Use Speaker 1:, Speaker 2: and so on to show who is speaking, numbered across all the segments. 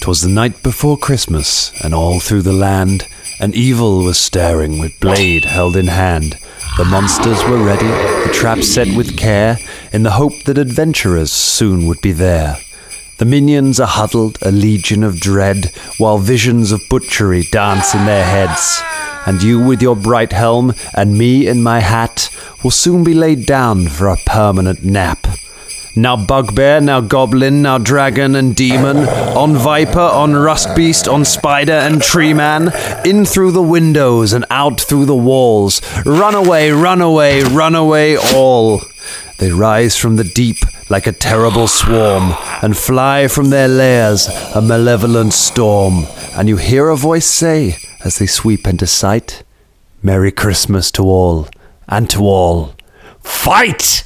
Speaker 1: 'Twas the night before Christmas, and all through the land an evil was staring with blade held in hand. The monsters were ready, the trap set with care, in the hope that adventurers soon would be there. The minions are huddled, a legion of dread, while visions of butchery dance in their heads. And you with your bright helm, and me in my hat, will soon be laid down for a permanent nap. Now bugbear, now goblin, now dragon and demon, on viper, on rust beast, on spider and tree man, in through the windows and out through the walls. Run away, run away, run away all. They rise from the deep like a terrible swarm, and fly from their lairs a malevolent storm. And you hear a voice say, as they sweep into sight, Merry Christmas to all, and to all, fight!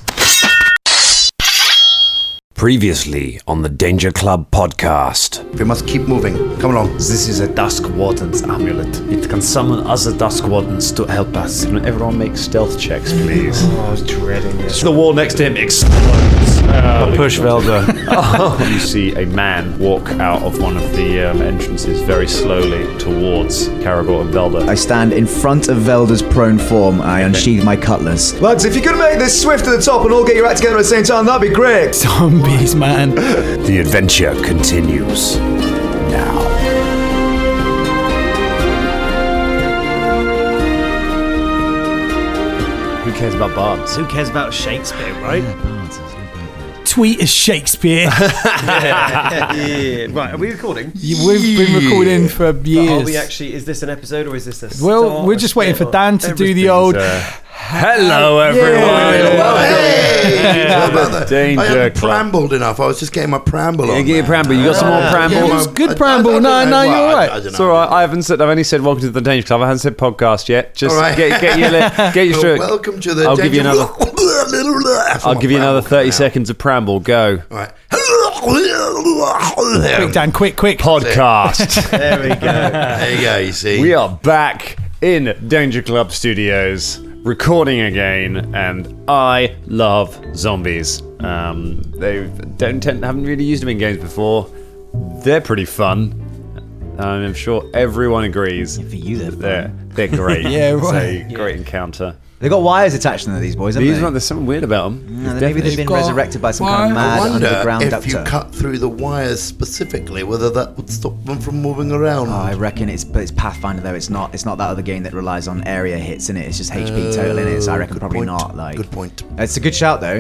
Speaker 1: Previously on the Danger Club podcast.
Speaker 2: We must keep moving. Come along. This is a Dusk Warden's amulet. It can summon other Dusk Wardens to help us. Everyone make stealth checks, please.
Speaker 3: I was dreading this.
Speaker 2: The wall next to him explodes. push Velda. You see a man walk out of one of the um, entrances very slowly towards Caragor and Velda.
Speaker 4: I stand in front of Velda's prone form. I unsheathe my cutlass.
Speaker 5: Lads, if you could make this swift to the top and all get your act together at the same time, that'd be great.
Speaker 3: Zombies, man.
Speaker 1: The adventure continues now.
Speaker 2: Who cares about bards?
Speaker 6: Who cares about Shakespeare, right?
Speaker 3: Tweet is Shakespeare.
Speaker 6: yeah. Right, are we recording?
Speaker 3: You- We've been recording for years.
Speaker 6: Are we actually, is this an episode or is this a
Speaker 3: well,
Speaker 6: start
Speaker 3: we're just waiting for
Speaker 6: or-
Speaker 3: Dan to do the old.
Speaker 2: uh,
Speaker 1: Hello, everyone.
Speaker 7: Hey! How about that?
Speaker 2: Danger
Speaker 7: I haven't
Speaker 2: Club.
Speaker 7: prambled enough. I was just getting my pramble on.
Speaker 1: You get your pramble. You got some more pramble?
Speaker 3: It was good pramble. No, no, you're right.
Speaker 7: It's
Speaker 8: It's all right. I haven't said. I've only said welcome to the Danger Club. I haven't said podcast yet. Just
Speaker 7: All right.
Speaker 8: get get your li- get your
Speaker 7: Well,
Speaker 8: stroke.
Speaker 7: welcome to the.
Speaker 8: I'll give you
Speaker 7: danger-
Speaker 8: another- I'll give you another
Speaker 7: Pramble
Speaker 8: thirty
Speaker 7: coming out.
Speaker 8: seconds of preamble. Go
Speaker 7: All right.
Speaker 3: Quick, Dan, quick, quick.
Speaker 8: podcast.
Speaker 6: There we go.
Speaker 7: There you go. You see.
Speaker 8: we are back in Danger Club Studios, recording again, and I love zombies. Um, they don't tend, haven't really used them in games before. They're pretty fun. And I'm sure everyone agrees. For
Speaker 4: you, they're
Speaker 8: they're, they're great.
Speaker 3: Yeah,
Speaker 8: It's
Speaker 3: right.
Speaker 8: a great encounter.
Speaker 4: They got wires attached to them, these boys, haven't
Speaker 8: These
Speaker 4: they?
Speaker 8: ones, there's something weird about them.
Speaker 4: No, maybe they've been
Speaker 3: got
Speaker 4: resurrected by some kind of
Speaker 3: wires.
Speaker 7: I
Speaker 4: mad
Speaker 7: wonder
Speaker 4: underground
Speaker 7: if
Speaker 4: doctor.
Speaker 7: you cut through the wires specifically, whether that would stop them from moving around.
Speaker 8: Uh,
Speaker 4: Oh, I reckon it's but it's Pathfinder though. It's not it's not that other game that relies on area hits in it. It's just HP total in it. So I reckon probably
Speaker 7: point.
Speaker 4: not. Like
Speaker 7: Uh, Good point.
Speaker 4: It's a good shout though.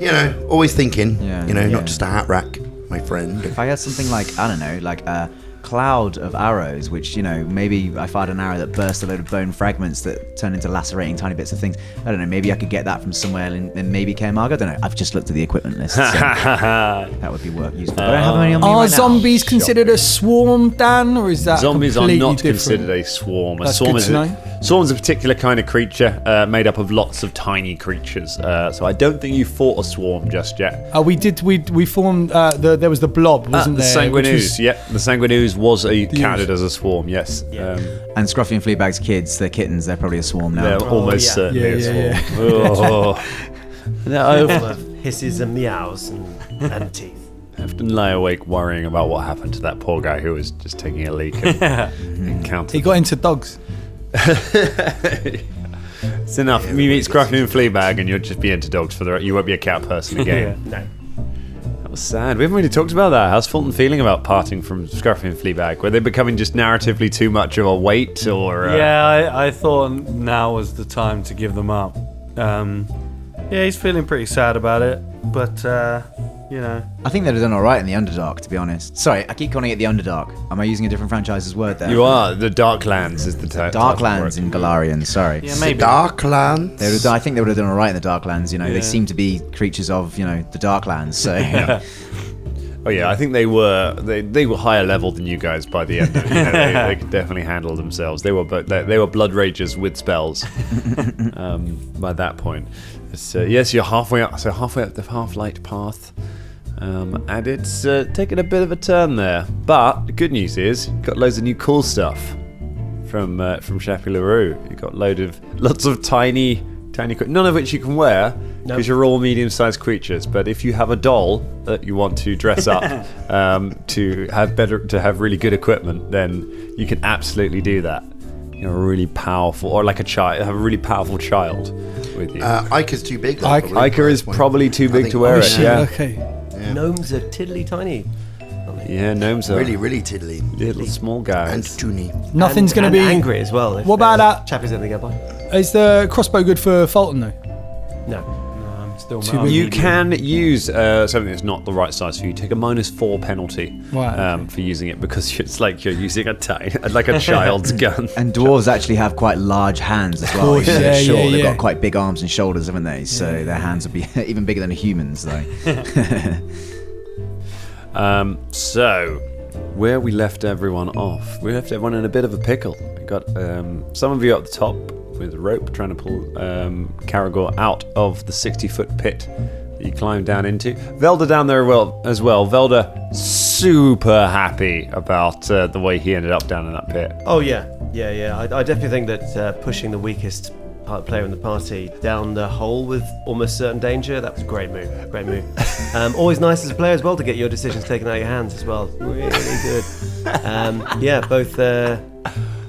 Speaker 7: You know, always thinking.
Speaker 4: Yeah.
Speaker 7: You know,
Speaker 4: Yeah.
Speaker 7: not just a hat rack, my friend.
Speaker 4: If I had something like I don't know, like a cloud of arrows, which you know maybe I fired an arrow that burst a load of bone fragments that turned into lacerating tiny bits of things. I don't know. Maybe I could get that from somewhere in, in maybe Camargo. I don't know. I've just looked at the equipment list. So that would be work useful. But I don't have any on me
Speaker 3: Are
Speaker 4: right now.
Speaker 3: Oh, zombies considered a swarm, Dan, or is that
Speaker 8: Zombies are
Speaker 3: completely
Speaker 8: not
Speaker 3: different?
Speaker 8: considered a swarm. A
Speaker 3: That's
Speaker 8: swarm
Speaker 3: good
Speaker 8: is
Speaker 3: to
Speaker 8: a,
Speaker 3: know.
Speaker 8: swarm's a particular kind of creature uh, made up of lots of tiny creatures. Uh, so I don't think you fought a swarm just yet.
Speaker 3: Uh, we did. We we formed. Uh, the, there was the blob,
Speaker 8: Uh,
Speaker 3: wasn't
Speaker 8: the
Speaker 3: there? which
Speaker 8: Sanguinoos,
Speaker 3: was-
Speaker 8: yep. The Sanguinoos was a, counted as a swarm, yes. Um,
Speaker 4: And Scruffy and Fleabag's kids, they're kittens. They're probably a swarm now.
Speaker 8: they're almost
Speaker 6: yeah.
Speaker 8: certainly
Speaker 3: Yeah,
Speaker 8: a
Speaker 3: yeah,
Speaker 8: swarm. Oh. No, I
Speaker 6: Full of hisses and meows and, and teeth.
Speaker 8: often lie awake worrying about what happened to that poor guy who was just taking a leak and
Speaker 3: He
Speaker 8: encountered.
Speaker 3: got into dogs.
Speaker 8: It's enough. you meet Scruffy and Fleabag and you'll just be into dogs for the You won't be a cat person again.
Speaker 6: No.
Speaker 8: That was sad. We haven't really talked about that. How's Fulton feeling about parting from Scruffy and Fleabag? Were they becoming just narratively too much of a weight, or uh,
Speaker 9: Yeah, I, I thought now was the time to give them up. Um, yeah, he's feeling pretty sad about it, but uh, you know,
Speaker 4: I think they'd have done all right in the Underdark, to be honest. Sorry, I keep calling it the Underdark. Am I using a different franchise's word there?
Speaker 8: you are the Darklands is the ti- title for
Speaker 4: Darklands
Speaker 8: it.
Speaker 4: in Galarian. Sorry.
Speaker 9: yeah, maybe.
Speaker 7: Darklands.
Speaker 4: They would have done, I think they would have done all right in the Darklands. You know, they
Speaker 9: Yeah.
Speaker 4: seem to be creatures of you know the Darklands. So
Speaker 8: Oh yeah, I think they were they, they were higher level than you guys by the end. Of, it. you know, they, they could definitely handle themselves. They were but they, they were blood ragers with spells um, by that point. So yes, you're halfway up. So halfway up the half light path. Um, and it's uh, taken a bit of a turn there, but the good news is you've got loads of new cool stuff from uh, from Chappie Larue. You've got load of lots of tiny, tiny, equi- none of which you can wear
Speaker 6: No.
Speaker 8: because you're all medium-sized creatures. But if you have a doll that you want to dress up um, to have better, to have really good equipment, then you can absolutely do that. You know, a really powerful, or like a child, have a really powerful child with you.
Speaker 7: Uh, Ica's too big. Though,
Speaker 3: Ike-
Speaker 7: probably,
Speaker 8: Ica is
Speaker 7: Point.
Speaker 8: probably too
Speaker 7: I
Speaker 8: big
Speaker 7: think-
Speaker 8: to wear
Speaker 7: Oh,
Speaker 8: it.
Speaker 7: shit,
Speaker 8: Yeah,
Speaker 3: Okay.
Speaker 6: Gnomes are tiddly tiny.
Speaker 8: yeah, gnomes are
Speaker 7: Really, really tiddly.
Speaker 8: little small
Speaker 7: And
Speaker 8: guys.
Speaker 7: toony.
Speaker 3: Nothing's
Speaker 6: And-
Speaker 3: going to
Speaker 6: and
Speaker 3: be.
Speaker 6: angry as well. if
Speaker 3: What about
Speaker 6: the
Speaker 3: that-
Speaker 6: Chap is anything by.
Speaker 3: Is the crossbow good for Fulton though?
Speaker 6: No.
Speaker 9: I'm still
Speaker 3: Too
Speaker 9: I'm
Speaker 3: big.
Speaker 8: You
Speaker 9: medium.
Speaker 8: can use uh, something that's not the right size for you. Take a minus four penalty
Speaker 3: Right,
Speaker 8: um, for using it because it's like you're using a tiny, like a child's gun.
Speaker 4: And dwarves actually have quite large hands as well.
Speaker 3: course,
Speaker 4: you know,
Speaker 3: yeah,
Speaker 4: they're short,
Speaker 3: yeah,
Speaker 4: They've
Speaker 3: yeah.
Speaker 4: got quite big arms and shoulders, haven't they? So their hands would be even bigger than a human's, though.
Speaker 8: Um, so, where we left everyone off, we left everyone in a bit of a pickle. We got um, some of you up the top with a rope trying to pull um, Caragor out of the 60 foot pit that you climbed down into. Velda down there well, as well. Velda, super happy about uh, the way he ended up down in that pit.
Speaker 6: Oh yeah, yeah, yeah. I, I definitely think that uh, pushing the weakest part player in the party down the hole with almost certain danger. That was a great move. Great move. Um, always nice as a player as well to get your decisions taken out of your hands as well. Really good. Um, yeah, both. Uh,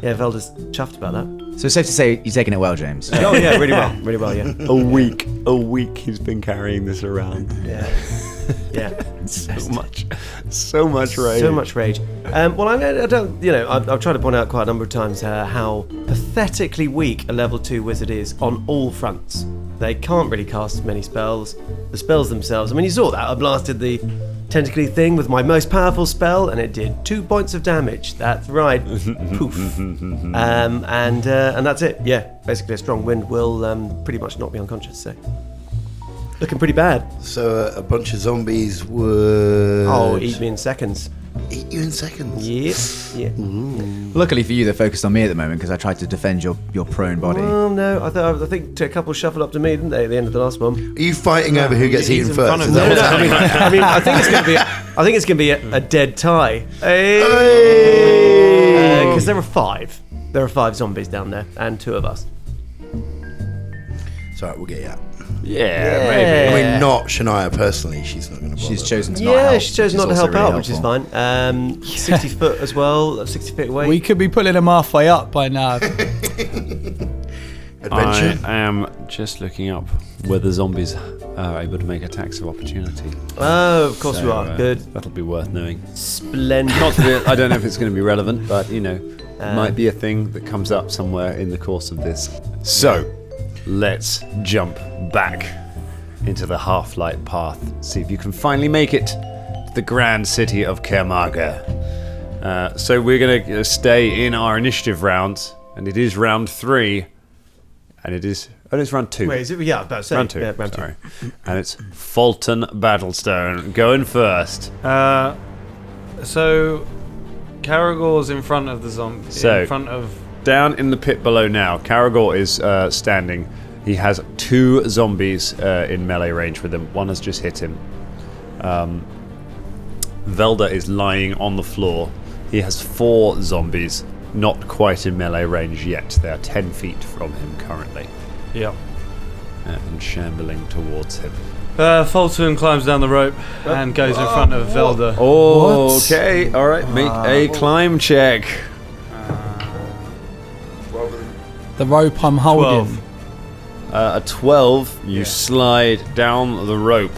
Speaker 6: yeah, Velda's chuffed about that.
Speaker 4: so it's safe to say you're taking it well, James.
Speaker 6: Oh yeah, really well, really well. Yeah,
Speaker 8: A week, a week he's been carrying this around.
Speaker 6: yeah, yeah.
Speaker 8: So much, so much rage.
Speaker 6: So much rage. Um, well, I, I don't, you know, I've, I've tried to point out quite a number of times uh, how pathetically weak a level 2 wizard is on all fronts. They can't really cast many spells. The spells themselves, I mean, you saw that. I blasted the tentacly thing with my most powerful spell and it did two points of damage. That's right. Poof. um, and, uh, and that's it. Yeah, basically, a strong wind will um, pretty much knock me unconscious, so. Looking pretty bad.
Speaker 7: So uh, a bunch of zombies would
Speaker 6: Oh, eat me in seconds.
Speaker 7: eat you in seconds.
Speaker 6: Yep. Yeah.
Speaker 4: Luckily for you, they're focused on me at the moment because I tried to defend your, your prone body.
Speaker 6: Well, no, I, th- I think a couple shuffled up to me, didn't they, at the end of the last one?
Speaker 7: Are you fighting over who gets eaten
Speaker 9: front
Speaker 7: first?
Speaker 9: of
Speaker 7: Is that
Speaker 9: me. No,
Speaker 7: what's
Speaker 9: no,
Speaker 6: I mean,
Speaker 7: happening?
Speaker 6: I mean, I think it's going to be, I think it's going to be a, a dead tie. Because there are five, there are five zombies down there, and two of us.
Speaker 7: Sorry, we'll get you out.
Speaker 8: yeah,
Speaker 7: I mean, not Shania personally. She's not going to bother.
Speaker 4: She's chosen to not
Speaker 6: yeah,
Speaker 4: help.
Speaker 6: she chose
Speaker 4: which is
Speaker 6: not to
Speaker 4: also
Speaker 6: help
Speaker 4: really
Speaker 6: out, which is
Speaker 4: helpful.
Speaker 6: fine. Um, Sixty foot as well, uh, sixty feet away.
Speaker 3: We could be pulling them halfway up by now.
Speaker 7: Adventure.
Speaker 8: I am just looking up whether zombies are able to make attacks of opportunity.
Speaker 6: oh, of course we
Speaker 8: So,
Speaker 6: are.
Speaker 8: uh,
Speaker 6: Good,
Speaker 8: That'll be worth knowing.
Speaker 6: splendid.
Speaker 8: Not that I don't know if it's going to be relevant, but you know, it might be a
Speaker 6: Um.
Speaker 8: thing that comes up somewhere in the course of this. So, let's jump back into the half-light path. See if you can finally make it to the grand city of Kermaga. Uh, so we're going to stay in our initiative round, and it is round three, and it is oh, it's round two.
Speaker 6: Wait, is it? Yeah, I was about to say.
Speaker 8: Round two.
Speaker 6: Yeah, round two.
Speaker 8: sorry. And it's Fulton Battlestone going first.
Speaker 9: Uh, so Caragor's in front of the zombie.
Speaker 8: So-
Speaker 9: in front of
Speaker 8: Down in the pit below now, Caragor is uh, standing. He has two zombies uh, in melee range with him. One has just hit him. Um, Velda is lying on the floor. He has four zombies, not quite in melee range yet. They are 10 feet from him currently uh,
Speaker 9: yeah.
Speaker 8: and shambling towards him.
Speaker 9: Uh, Fulton climbs down the rope and goes in front of Velda.
Speaker 8: Oh, okay. All right. Make a climb check.
Speaker 3: the rope I'm holding.
Speaker 9: Twelve.
Speaker 8: Uh, a 12, you slide down the rope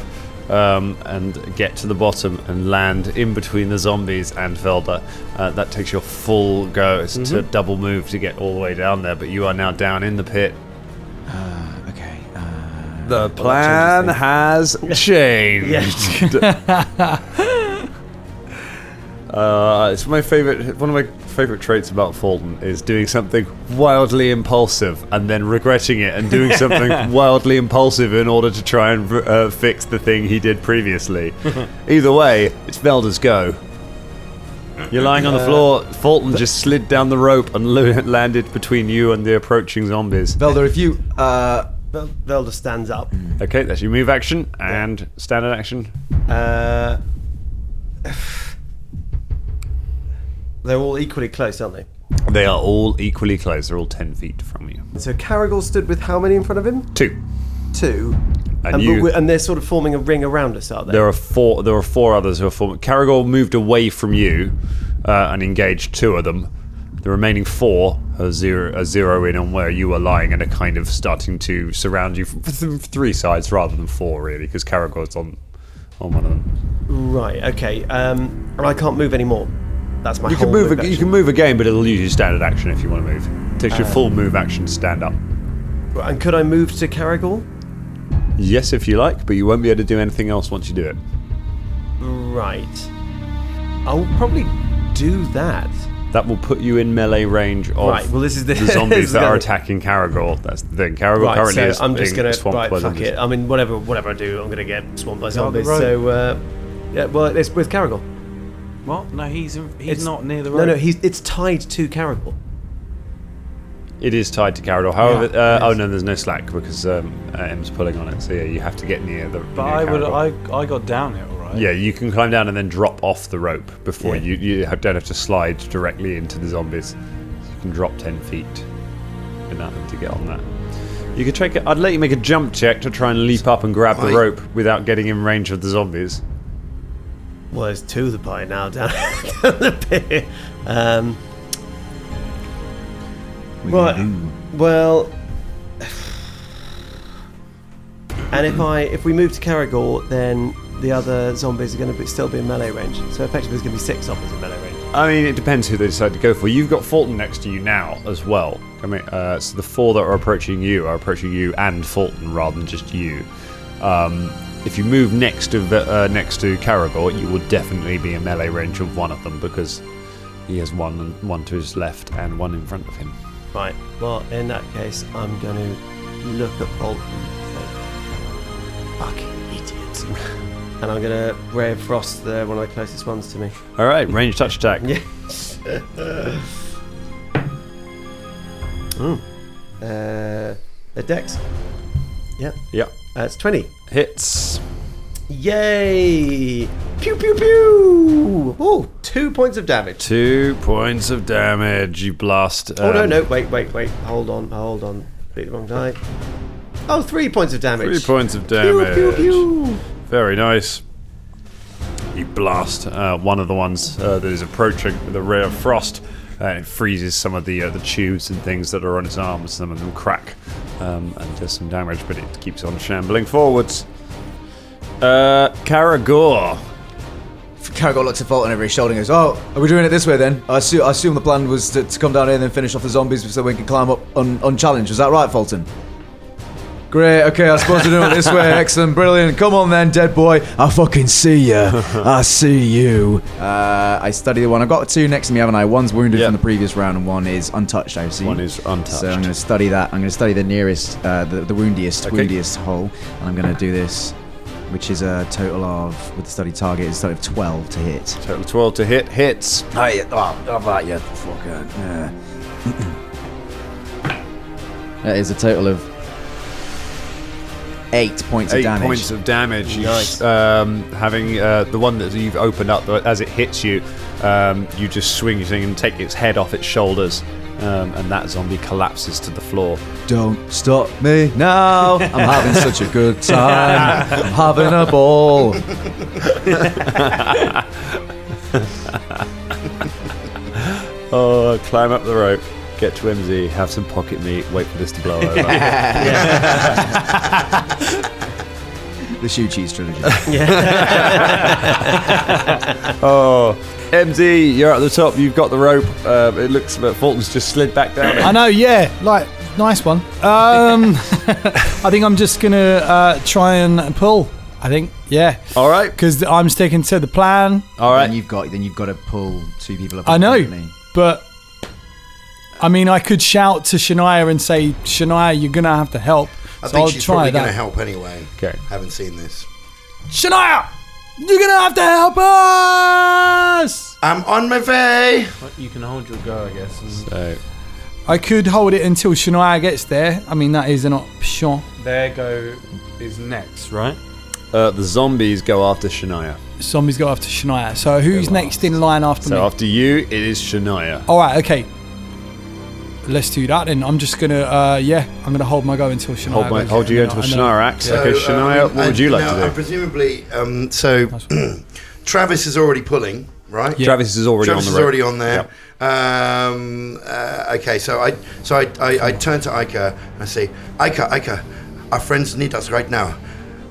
Speaker 8: um, and get to the bottom and land in between the zombies and Velda. Uh, that takes your full go. It's to double move to get all the way down there, but you are now down in the pit.
Speaker 4: Okay. Uh,
Speaker 8: The plan has changed. uh, it's my favorite. One of my favorite traits about Fulton is doing something wildly impulsive and then regretting it, and doing something wildly impulsive in order to try and uh, fix the thing he did previously. Either way, it's Velda's go. You're lying on the floor. Fulton just slid down the rope and lo- landed between you and the approaching zombies.
Speaker 4: Velda, if you. Uh,
Speaker 6: Vel- Velda stands up.
Speaker 8: Okay, that's your move action and standard action.
Speaker 6: Uh, they're all equally close, aren't they?
Speaker 8: They are all equally close. They're all 10 feet from you.
Speaker 6: So Carrigal stood with how many in front of him?
Speaker 8: Two.
Speaker 6: Two.
Speaker 8: And
Speaker 6: but
Speaker 8: you-
Speaker 6: we- and they're sort of forming a ring around us, are they?
Speaker 8: There are four. There are four others who are forming. Caragol moved away from you uh, and engaged two of them. The remaining four are zero, are zero in on where you are lying and are kind of starting to surround you from th- three sides rather than four, really, because Caragol's on on one of them.
Speaker 6: Right. Okay. Um, and I can't move anymore. That's my.
Speaker 8: You
Speaker 6: whole
Speaker 8: can move.
Speaker 6: move
Speaker 8: A, you
Speaker 6: action.
Speaker 8: can move again, but it'll use your standard action if you want to move. Takes your full move action to stand up.
Speaker 6: Right, And could I move to Caragor?
Speaker 8: Yes, if you like, but you won't be able to do anything else once you do it.
Speaker 6: Right. I'll probably do that.
Speaker 8: That will put you in melee range of
Speaker 6: Right, well, this is the- this
Speaker 8: zombies
Speaker 6: is
Speaker 8: that are
Speaker 6: the-
Speaker 8: attacking Caragor. That's the thing. Caragor
Speaker 6: right.
Speaker 8: currently
Speaker 6: so
Speaker 8: is
Speaker 6: I'm just
Speaker 8: being
Speaker 6: gonna
Speaker 8: swamped
Speaker 6: right.
Speaker 8: by
Speaker 6: Fuck
Speaker 8: zombies.
Speaker 6: it. I mean, whatever. Whatever I do, I'm gonna get swamped by
Speaker 9: Get out the
Speaker 6: zombies.
Speaker 9: road.
Speaker 6: So. Uh, yeah. Well, it's with Caragor.
Speaker 9: What? No, he's in, he's
Speaker 6: It's-
Speaker 9: not near the
Speaker 6: No,
Speaker 9: road.
Speaker 6: no. He's it's tied to Caragor.
Speaker 8: It is tied to Caragor. However,
Speaker 9: Yeah, it
Speaker 8: uh, oh
Speaker 9: is.
Speaker 8: no, there's no slack because um, uh, M's pulling on it. So yeah, you have to get near the.
Speaker 9: But
Speaker 8: near
Speaker 9: I would.
Speaker 8: Caragor.
Speaker 9: I I got down it all right.
Speaker 8: Yeah, you can climb down and then drop off the rope before
Speaker 6: Yeah.
Speaker 8: you you have, don't have to slide directly into the zombies. You can drop ten feet without having to get on that. You could take. A, I'd let you make a jump check to try and leap up and grab the
Speaker 7: Right.
Speaker 8: rope without getting in range of the zombies.
Speaker 6: Well, there's two of the pie now down, down the pier. Um, right. Well. And if I if we move to Caragor, then the other zombies are going to be, still be in melee range. So effectively, there's going to be six zombies in melee range.
Speaker 8: I mean, it depends who they decide to go for. You've got Fulton next to you now as well. I mean, uh, so the four that are approaching you are approaching you and Fulton rather than just you. Um, if you move next to the- uh, next to Caragor, you will definitely be in melee range of one of them because he has one one to his left and one in front of him.
Speaker 6: Right. Well, in that case, I'm going to look at Bolton. and say, Fucking idiots. and I'm going to Ray of Frost, the, one of the closest ones to me.
Speaker 8: All right, range touch attack.
Speaker 6: Yeah. Uh, a dex. Yep.
Speaker 8: yeah,
Speaker 6: Uh, it's 20.
Speaker 8: hits.
Speaker 6: Yay! Pew, pew, pew! Oh, two points of damage.
Speaker 8: Two points of damage. You blast.
Speaker 6: Oh, no,
Speaker 8: um,
Speaker 6: no, wait, wait, wait. Hold on, hold on. Beat the wrong die. Oh, three points of
Speaker 8: Three
Speaker 6: damage.
Speaker 8: points of
Speaker 6: Pew,
Speaker 8: damage.
Speaker 6: pew, pew!
Speaker 8: Very nice. You blast uh, one of the ones uh, that is approaching with a ray of frost, uh, and it freezes some of the uh, the tubes and things that are on its arms. Some of them crack um, and does some damage, but it keeps on shambling forwards. Uh, Karagor.
Speaker 4: Caragor looks at Fulton over his shoulder and goes, "Oh, are we doing it this way then? I assume, I assume the plan was to, to come down here and then finish off the zombies so we can climb up un, unchallenged. Is that right, Fulton?" Great. Okay, I suppose we're doing it this way. Excellent, brilliant. Come on then, dead boy. I fucking see ya. I see you. Uh, I study the one. I've got two next to me, haven't I? One's wounded
Speaker 8: Yeah.
Speaker 4: from the previous round, and one is untouched. I assume.
Speaker 8: One is untouched.
Speaker 4: So I'm going to study that. I'm going to study the nearest, uh, the, the woundiest,
Speaker 8: Okay.
Speaker 4: woundiest hole, and I'm going to do this, which is a total of with the study target is a total of 12 to hit.
Speaker 8: Total 12 to hit. Hits.
Speaker 4: Oh yeah, oh, oh right, yeah, fucker.
Speaker 8: uh,
Speaker 4: Yeah. that is a total of eight points
Speaker 8: Eight
Speaker 4: of damage.
Speaker 8: points of damage. You,
Speaker 6: Nice.
Speaker 8: um, having uh, the one that you've opened up, as it hits you, um, you just swing your thing and take its head off its shoulders, um, and that zombie collapses to the floor.
Speaker 4: Don't stop me now. I'm having such a good time. I'm having a ball.
Speaker 8: Oh, climb up the rope, get to MZ, have some pocket meat, wait for this to blow over.
Speaker 4: The shoe cheese trilogy.
Speaker 8: oh, MZ, you're at the top, you've got the rope. Um, it looks like Fulton's just slid back down. it.
Speaker 3: I know, yeah. Like, nice one. Um, I think I'm just going to uh, try and pull. I think, yeah.
Speaker 8: All right,
Speaker 3: Because I'm sticking to the plan.
Speaker 7: Oh,
Speaker 8: all
Speaker 4: Then
Speaker 8: right.
Speaker 4: you've got then you've got to pull two people up.
Speaker 3: I know,
Speaker 4: independently.
Speaker 3: but I mean, I could shout to Shania and say, Shania, you're going to have to help.
Speaker 7: I
Speaker 3: so
Speaker 7: think
Speaker 3: I'll
Speaker 7: she's
Speaker 3: try
Speaker 7: probably going to
Speaker 3: that.
Speaker 7: help anyway.
Speaker 8: Okay.
Speaker 7: Haven't seen this.
Speaker 3: Shania, you're going to have to help us.
Speaker 7: I'm on my way.
Speaker 9: But you can hold your go, I guess. and-
Speaker 8: So,
Speaker 3: I could hold it until Shania gets there. I mean, that is an option.
Speaker 9: Their go is next, right?
Speaker 8: uh, the zombies go after Shania.
Speaker 3: Somebody's got after Shania. So who's next in line after
Speaker 8: So
Speaker 3: me?
Speaker 8: after you, it is Shania.
Speaker 3: All right, okay. let's do that. And I'm just gonna, uh, yeah, I'm gonna hold my go until Shania.
Speaker 8: Hold my-
Speaker 3: goes
Speaker 8: hold
Speaker 3: in,
Speaker 8: you
Speaker 3: and
Speaker 8: until
Speaker 3: Ah, I- and
Speaker 8: Shania
Speaker 3: then-
Speaker 8: acts.
Speaker 7: So,
Speaker 8: Okay, Shania,
Speaker 7: um,
Speaker 8: what would
Speaker 7: and
Speaker 8: you like
Speaker 7: now,
Speaker 8: to do?
Speaker 7: and presumably, um, so Travis is already pulling, right?
Speaker 3: Yeah.
Speaker 8: Travis is already
Speaker 7: Travis
Speaker 8: on the
Speaker 7: is
Speaker 8: road.
Speaker 7: already on there. Um, uh, okay, so I so I, I, I turn to Ica and I say, Ica, Ica, our friends need us right now.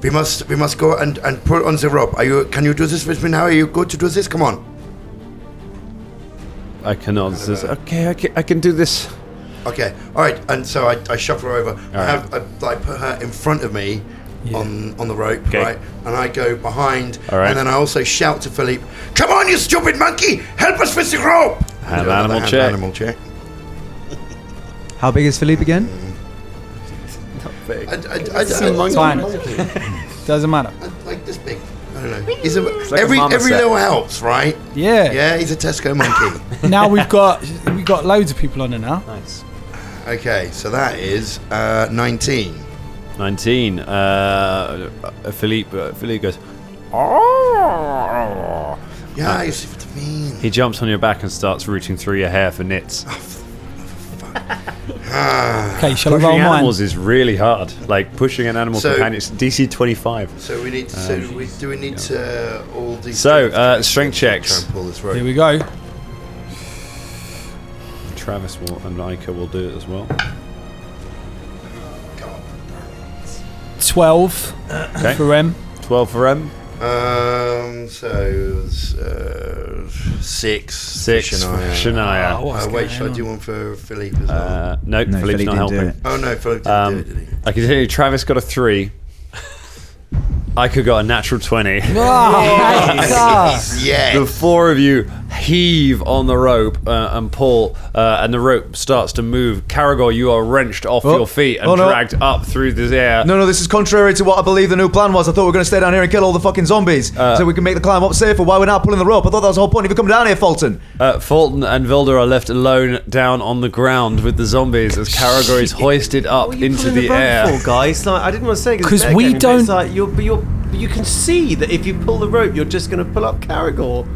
Speaker 7: We must we must go and, and pull on the rope. Are you can you do this with me now? Are you good to do this? Come on.
Speaker 8: I can answer. this. Okay, I can, I can do this.
Speaker 7: Okay. All right. And so I, I shuffle her over. I have I, I put her in front of me. On, on the rope,
Speaker 8: Okay.
Speaker 7: right? And I go behind,
Speaker 8: All right.
Speaker 7: and then I also shout to Philippe, "Come on, you stupid monkey! Help us with the rope!"
Speaker 8: Hand
Speaker 7: Do another
Speaker 8: animal check.
Speaker 7: Animal check.
Speaker 4: How big is Philippe again?
Speaker 7: I, I, I, I,
Speaker 3: It's fine. Doesn't matter.
Speaker 7: like this big. I don't know. He's a,
Speaker 8: like a
Speaker 7: every
Speaker 8: marmoset.
Speaker 7: every little helps, right?
Speaker 3: Yeah.
Speaker 7: Yeah, he's a Tesco monkey.
Speaker 3: Now we've got we've got loads of people on it now.
Speaker 7: okay, so that is uh, 19.
Speaker 8: 19. Uh, uh, Philippe, uh, Philippe goes, "Oh."
Speaker 7: Yeah, I see what I mean.
Speaker 8: He jumps on your back and starts rooting through your hair for nits.
Speaker 3: Okay, shall I
Speaker 8: Pushing
Speaker 3: roll mine?
Speaker 8: animals is really hard. Like pushing an animal
Speaker 7: So-
Speaker 8: companion, it's DC 25.
Speaker 7: So we need. To, so we, do we need to uh, all these?
Speaker 8: Uh, So,
Speaker 7: things
Speaker 8: uh,
Speaker 7: to-
Speaker 8: strength
Speaker 7: to try
Speaker 8: checks.
Speaker 7: and pull this
Speaker 3: Here
Speaker 7: rope.
Speaker 3: we go.
Speaker 8: Travis will, and Ica will do it as well.
Speaker 3: Twelve
Speaker 8: Okay.
Speaker 3: for M.
Speaker 8: 12 for M,
Speaker 7: Um. So it's, uh, six.
Speaker 8: 6 for
Speaker 3: Oh,
Speaker 8: Shania.
Speaker 7: Uh, wait, should I do one for Philippe as well?
Speaker 8: Uh, no, Philippe's
Speaker 4: No, Philippe
Speaker 8: not
Speaker 4: didn't do
Speaker 8: helping.
Speaker 4: it.
Speaker 7: oh no, Philippe didn't do
Speaker 8: Um,
Speaker 7: it, did he?
Speaker 8: I can tell you, Travis got a 3. Ica got a natural 20.
Speaker 3: Ah,
Speaker 7: Yes.
Speaker 8: The four of you heave on the rope uh, and pull, uh, and the rope starts to move. Caragor, you are wrenched off your feet and
Speaker 5: Oh, no.
Speaker 8: dragged up through the air.
Speaker 5: No, no, this is contrary to what I believe the new plan was. I thought we were going to stay down here and kill all the fucking zombies
Speaker 8: Uh.
Speaker 5: so we can make the climb up safer. Why we're not pulling the rope? I thought that was the whole point of you coming down here, Fulton.
Speaker 8: Uh, Fulton and Vilda are left alone down on the ground with the zombies as Caragor is hoisted up
Speaker 6: What are Oh, you
Speaker 8: into
Speaker 6: pulling
Speaker 8: the,
Speaker 6: rope
Speaker 8: air.
Speaker 6: for, guys. Like, I didn't want to say
Speaker 3: 'Cause
Speaker 6: it's
Speaker 3: we
Speaker 6: meta gaming, but
Speaker 3: don't-
Speaker 6: It's like you're, but you're, but you can see that if you pull the rope, you're just going to pull up Caragor.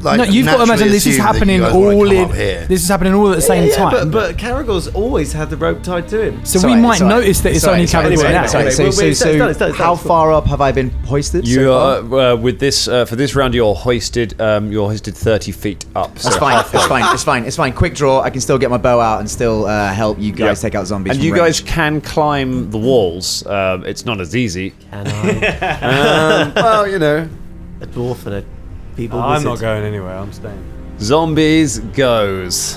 Speaker 7: Like,
Speaker 3: No, you've got to
Speaker 7: naturally
Speaker 3: imagine this is
Speaker 7: assume that you
Speaker 3: happening
Speaker 7: guys wanna
Speaker 3: all
Speaker 7: come up
Speaker 3: in.
Speaker 7: here.
Speaker 3: This is happening all at the same
Speaker 6: Yeah, yeah,
Speaker 3: time.
Speaker 6: But, but Caragor's always had the rope tied to him.
Speaker 3: so
Speaker 4: Sorry,
Speaker 3: we might
Speaker 4: sorry.
Speaker 3: notice that it's
Speaker 4: Sorry,
Speaker 3: only
Speaker 4: sorry,
Speaker 3: carried
Speaker 6: sorry,
Speaker 3: now.
Speaker 6: sorry.
Speaker 4: Okay, so,
Speaker 6: wait,
Speaker 4: so,
Speaker 6: wait,
Speaker 4: so,
Speaker 6: it's done, it's done, it's done,
Speaker 4: how
Speaker 6: it's done.
Speaker 4: far up have I been hoisted?
Speaker 8: You
Speaker 4: so far?
Speaker 8: are uh, with this uh, for this round. You're hoisted. Um, you're hoisted thirty feet up. So
Speaker 4: That's fine. It's fine. It's fine. It's fine. Quick draw. I can still get my bow out and still uh, help you guys
Speaker 8: Yeah.
Speaker 4: take out zombies.
Speaker 8: and
Speaker 4: from
Speaker 8: you guys
Speaker 4: range.
Speaker 8: can climb the walls. Um, it's not as easy. Um,
Speaker 6: And I'm
Speaker 8: well, you know,
Speaker 6: a dwarf and a people.
Speaker 9: I'm not
Speaker 6: wizard.
Speaker 9: going anywhere. I'm staying.
Speaker 8: Zombies goes.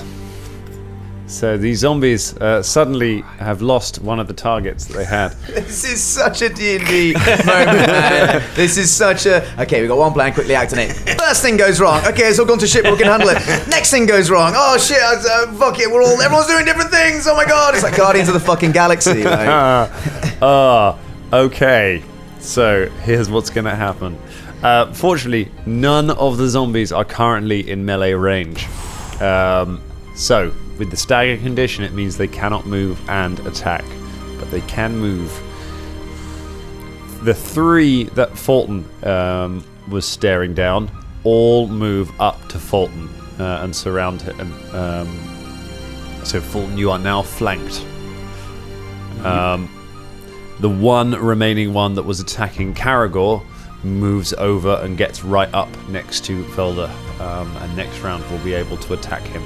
Speaker 8: So these zombies uh, suddenly have lost one of the targets that they had.
Speaker 4: This is such a D&D moment, man. This is such a... Okay, we got one plan, quickly acting it.
Speaker 5: First thing goes wrong. Okay, it's all gone to shit. but We can handle it. Next thing goes wrong. Oh shit! Uh, fuck it. We're all everyone's doing different things. Oh my god! It's like Guardians of the fucking Galaxy. Like.
Speaker 8: Ah, okay. So here's what's going to happen. Uh, fortunately, none of the zombies are currently in melee range. Um, so, with the stagger condition, it means they cannot move and attack, but they can move. The three that Fulton um, was staring down all move up to Fulton uh, and surround him. Um, so, Fulton, you are now flanked. The one remaining one that was attacking Caragor moves over and gets right up next to Felder. Um, and next round we'll be able to attack him.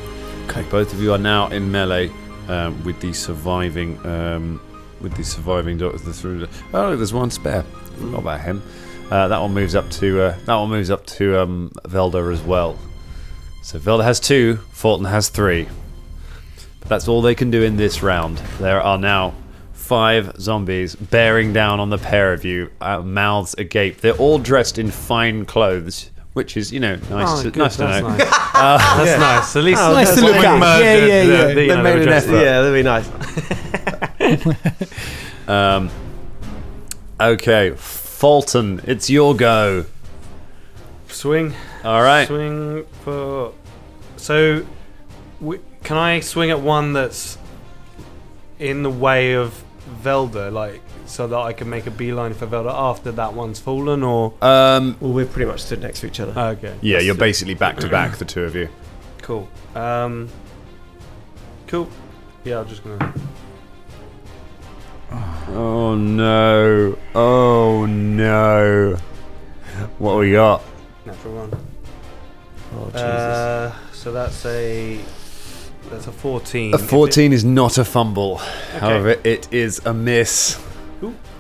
Speaker 8: Okay. Both of you are now in melee um, with the surviving um, with the surviving doctor the through Oh look, there's one spare. Not about him. Uh, that one moves up to uh, that one moves up to um, Velda as well. So Velda has two, Fulton has three. That's all they can do in this round. There are now five zombies bearing down on the pair of you, uh, mouths agape. They're all dressed in fine clothes, which is, you know, nice,
Speaker 9: Oh,
Speaker 8: to,
Speaker 9: good,
Speaker 8: nice to
Speaker 9: that's
Speaker 8: know.
Speaker 9: nice. that's nice. At least
Speaker 3: nice to look
Speaker 9: when
Speaker 3: at.
Speaker 9: we merged
Speaker 3: Yeah,
Speaker 9: it,
Speaker 3: yeah,
Speaker 9: the-
Speaker 3: yeah.
Speaker 9: the- you know,
Speaker 8: made an
Speaker 9: the dress-
Speaker 8: effort.
Speaker 6: Yeah, that'd be nice.
Speaker 8: Okay, Fulton, it's your go.
Speaker 9: Swing.
Speaker 8: All right.
Speaker 9: Swing for. So, w- can I swing at one that's in the way of Velda, like so that I can make a beeline for Velda after that one's fallen, or
Speaker 8: Um,
Speaker 6: Well, we're pretty much stood next to each other.
Speaker 9: okay?
Speaker 8: yeah, you're basically back to back, the two of you.
Speaker 9: Cool. Um, cool. Yeah, I'm just gonna.
Speaker 8: Oh no. Oh no. What we got?
Speaker 9: Natural one.
Speaker 6: Oh, Jesus.
Speaker 9: Uh, so that's a that's a 14.
Speaker 8: A
Speaker 9: If it-
Speaker 8: 14 is not a fumble. However, it is a miss.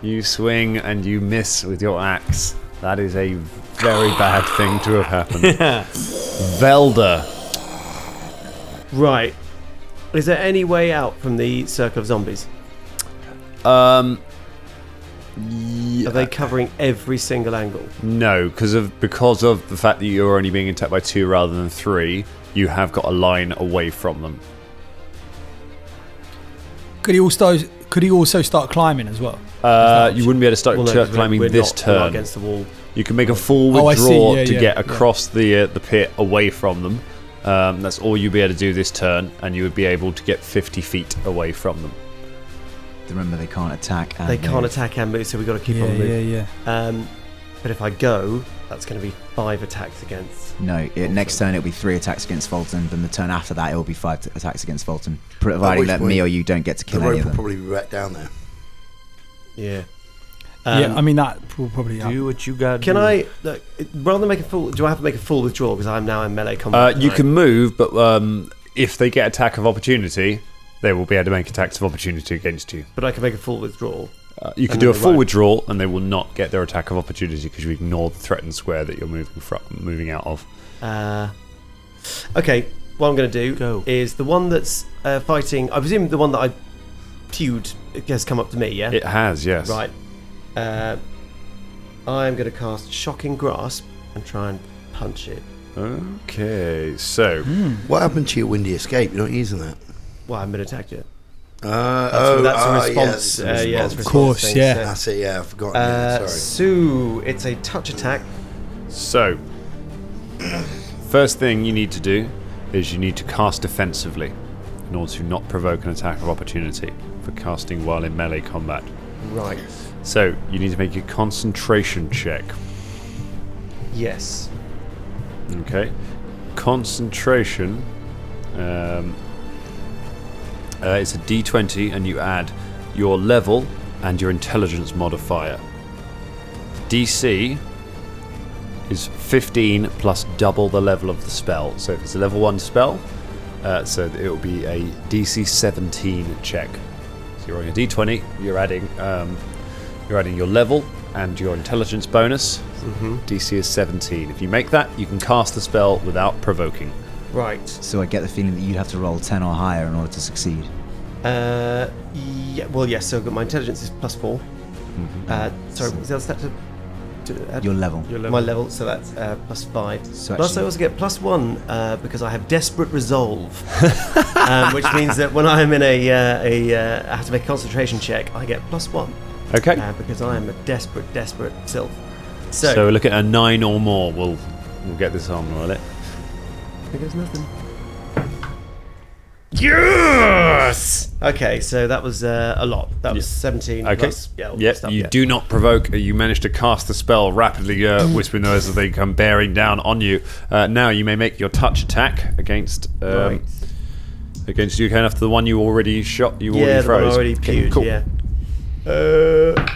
Speaker 8: You swing and you miss with your axe. That is a very bad thing to have happened. Velda.
Speaker 6: right. Is there any way out from the circle of zombies?
Speaker 8: Um.
Speaker 6: Are they covering every single angle?
Speaker 8: No, because of because of the fact that you're only being attacked by two rather than three, you have got a line away from them.
Speaker 3: Could he also could he also start climbing as well?
Speaker 8: Uh, you wouldn't be able to start
Speaker 6: Well, no,
Speaker 8: tur-
Speaker 6: 'cause we're-
Speaker 8: climbing
Speaker 6: we're
Speaker 8: this
Speaker 6: not- we're not
Speaker 8: turn.
Speaker 6: against the wall.
Speaker 8: You can make a full
Speaker 3: Oh, I see.
Speaker 8: withdraw
Speaker 3: Yeah,
Speaker 8: to
Speaker 3: yeah,
Speaker 8: get
Speaker 3: yeah.
Speaker 8: across the uh, the pit away from them. Um, that's all you'd be able to do this turn, and you would be able to get 50 feet away from them.
Speaker 4: Remember, they can't attack. And
Speaker 6: They can't
Speaker 4: move.
Speaker 6: attack and move, so we've got to keep
Speaker 3: yeah,
Speaker 6: on moving.
Speaker 3: yeah, yeah.
Speaker 6: Um, but if I go, that's going to be five attacks against.
Speaker 4: No, it, next turn it'll be three attacks against Fulton, then the turn after that it'll be five t- attacks against Fulton, providing
Speaker 7: which
Speaker 4: that
Speaker 7: point
Speaker 4: me or you don't get to
Speaker 7: The
Speaker 4: kill any
Speaker 7: rope
Speaker 4: of
Speaker 7: will
Speaker 4: them.
Speaker 7: probably be back down there.
Speaker 6: Yeah. Um,
Speaker 3: yeah, I mean that will probably.
Speaker 9: Do what you got.
Speaker 6: can I, look, rather than make a full, do I have to make a full withdrawal because I'm now in melee
Speaker 8: Uh,
Speaker 6: combat?
Speaker 8: you
Speaker 6: aren't I?
Speaker 8: can move, but um, if they get attack of opportunity, they will be able to make attacks of opportunity against you.
Speaker 6: but I can make a full withdrawal.
Speaker 8: Uh, you can
Speaker 6: And
Speaker 8: do a
Speaker 6: then they
Speaker 8: full
Speaker 6: won't.
Speaker 8: withdrawal, and they will not get their attack of opportunity because you ignore the threatened square that you're moving from, moving out of.
Speaker 6: Uh, okay, what I'm going to do
Speaker 9: Go.
Speaker 6: is the one that's uh, fighting. I presume the one that I pewed has come up to me. Yeah.
Speaker 8: It has, yes.
Speaker 6: Right. Uh, I'm going to cast Shocking Grasp and try and punch it.
Speaker 8: Okay, so
Speaker 7: What happened to your windy escape? You're not using that.
Speaker 6: Well, I haven't attacked yet.
Speaker 7: Uh,
Speaker 6: That's,
Speaker 7: oh,
Speaker 6: that's a
Speaker 7: ah,
Speaker 6: response.
Speaker 7: yes,
Speaker 6: uh, yeah, it's a
Speaker 7: response.
Speaker 6: response
Speaker 3: course,
Speaker 6: thing,
Speaker 3: yeah.
Speaker 6: so-
Speaker 7: That's it. Yeah, I've forgotten.
Speaker 6: Uh,
Speaker 7: yeah, sorry.
Speaker 6: so it's a touch attack.
Speaker 8: So, first thing you need to do is you need to cast defensively in order to not provoke an attack of opportunity for casting while in melee combat.
Speaker 6: Right.
Speaker 8: So, you need to make a concentration check.
Speaker 6: Yes.
Speaker 8: Okay. Concentration um, uh, is a d20, and you add your level and your intelligence modifier. DC is 15 plus double the level of the spell. So if it's a level 1 spell, uh, so it will be a DC 17 check. So you're on your d20, you're adding, um, you're adding your level and your intelligence bonus.
Speaker 6: Mm-hmm.
Speaker 8: DC is 17. If you make that, you can cast the spell without provoking.
Speaker 6: Right.
Speaker 4: So I get the feeling that you'd have to roll 10 or higher in order to succeed.
Speaker 6: Uh, yeah, well, yes. So I've got my intelligence is plus four. Uh, sorry, was that step to, to add
Speaker 4: Mm-hmm. Your level.
Speaker 9: Your level.
Speaker 6: my level? So that's uh, plus five.
Speaker 4: So
Speaker 6: plus,
Speaker 4: actually-
Speaker 6: I also get plus one uh, because I have desperate resolve, um, which means that when I'm in a, uh, a uh, I have to make a concentration check, I get plus one
Speaker 8: Okay.
Speaker 6: uh, because I am a desperate, desperate sylph. So,
Speaker 8: so, we're looking at a 9 or more. We'll, we'll get this on, will it?
Speaker 6: There goes nothing. Yes. Okay, so that was uh, a lot. That was seventeen.
Speaker 8: Okay.
Speaker 6: Plus, yeah. all that
Speaker 8: Yep,
Speaker 6: stuff,
Speaker 8: you
Speaker 6: yeah.
Speaker 8: do not provoke. Uh, You manage to cast the spell rapidly, uh, whispering noise as they come bearing down on you. Uh, now you may make your touch attack against um,
Speaker 6: Right.
Speaker 8: against you, kind of the one you already shot. You
Speaker 6: yeah,
Speaker 8: already
Speaker 6: the one
Speaker 8: froze.
Speaker 6: already
Speaker 8: Okay,
Speaker 6: pewed.
Speaker 8: cool.
Speaker 6: Yeah. Uh,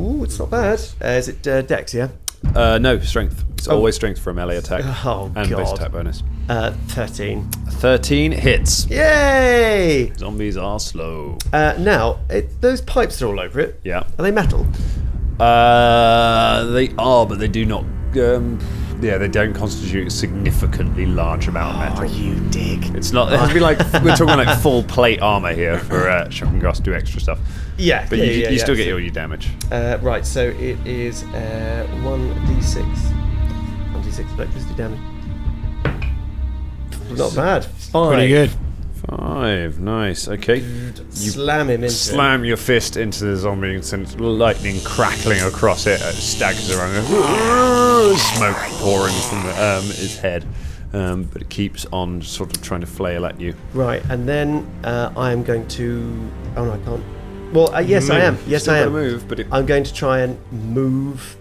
Speaker 6: ooh, it's not bad. Uh, is it uh, Dex? Yeah.
Speaker 8: Uh, no strength. It's
Speaker 6: Oh.
Speaker 8: always strength for a melee attack
Speaker 6: Oh,
Speaker 8: and base
Speaker 6: God.
Speaker 8: attack bonus.
Speaker 6: Uh, Thirteen.
Speaker 8: Thirteen hits.
Speaker 6: Yay!
Speaker 8: Zombies are slow.
Speaker 6: Uh, now it, those pipes are all over it.
Speaker 8: Yeah.
Speaker 6: Are they metal?
Speaker 8: Uh, they are, but they do not. Um, yeah, they don't constitute a significantly large amount of metal.
Speaker 6: You dig.
Speaker 8: It's not. It has to be like we're talking like full plate armor here for uh, shocking grass to do extra stuff.
Speaker 6: Yeah.
Speaker 8: But
Speaker 6: yeah,
Speaker 8: you,
Speaker 6: yeah,
Speaker 8: you
Speaker 6: yeah.
Speaker 8: still get all your damage.
Speaker 6: Uh, right, so it is uh, 1d6. 1d6 electricity damage. Not bad. Fine.
Speaker 3: Pretty good.
Speaker 8: Five, nice. Okay,
Speaker 6: Slam him into
Speaker 8: slam your fist into the zombie and send lightning crackling across it. It staggers around. Smoke pouring from um, his head, um, but it keeps on sort of trying to flail at you.
Speaker 6: it. Right, and then uh, I am going to. Oh no, I can't. Well, uh, yes, I am.
Speaker 8: Move.
Speaker 6: Yes,
Speaker 8: Still
Speaker 6: I
Speaker 8: gotta
Speaker 6: am.
Speaker 8: Move, but it,
Speaker 6: I'm going to try and move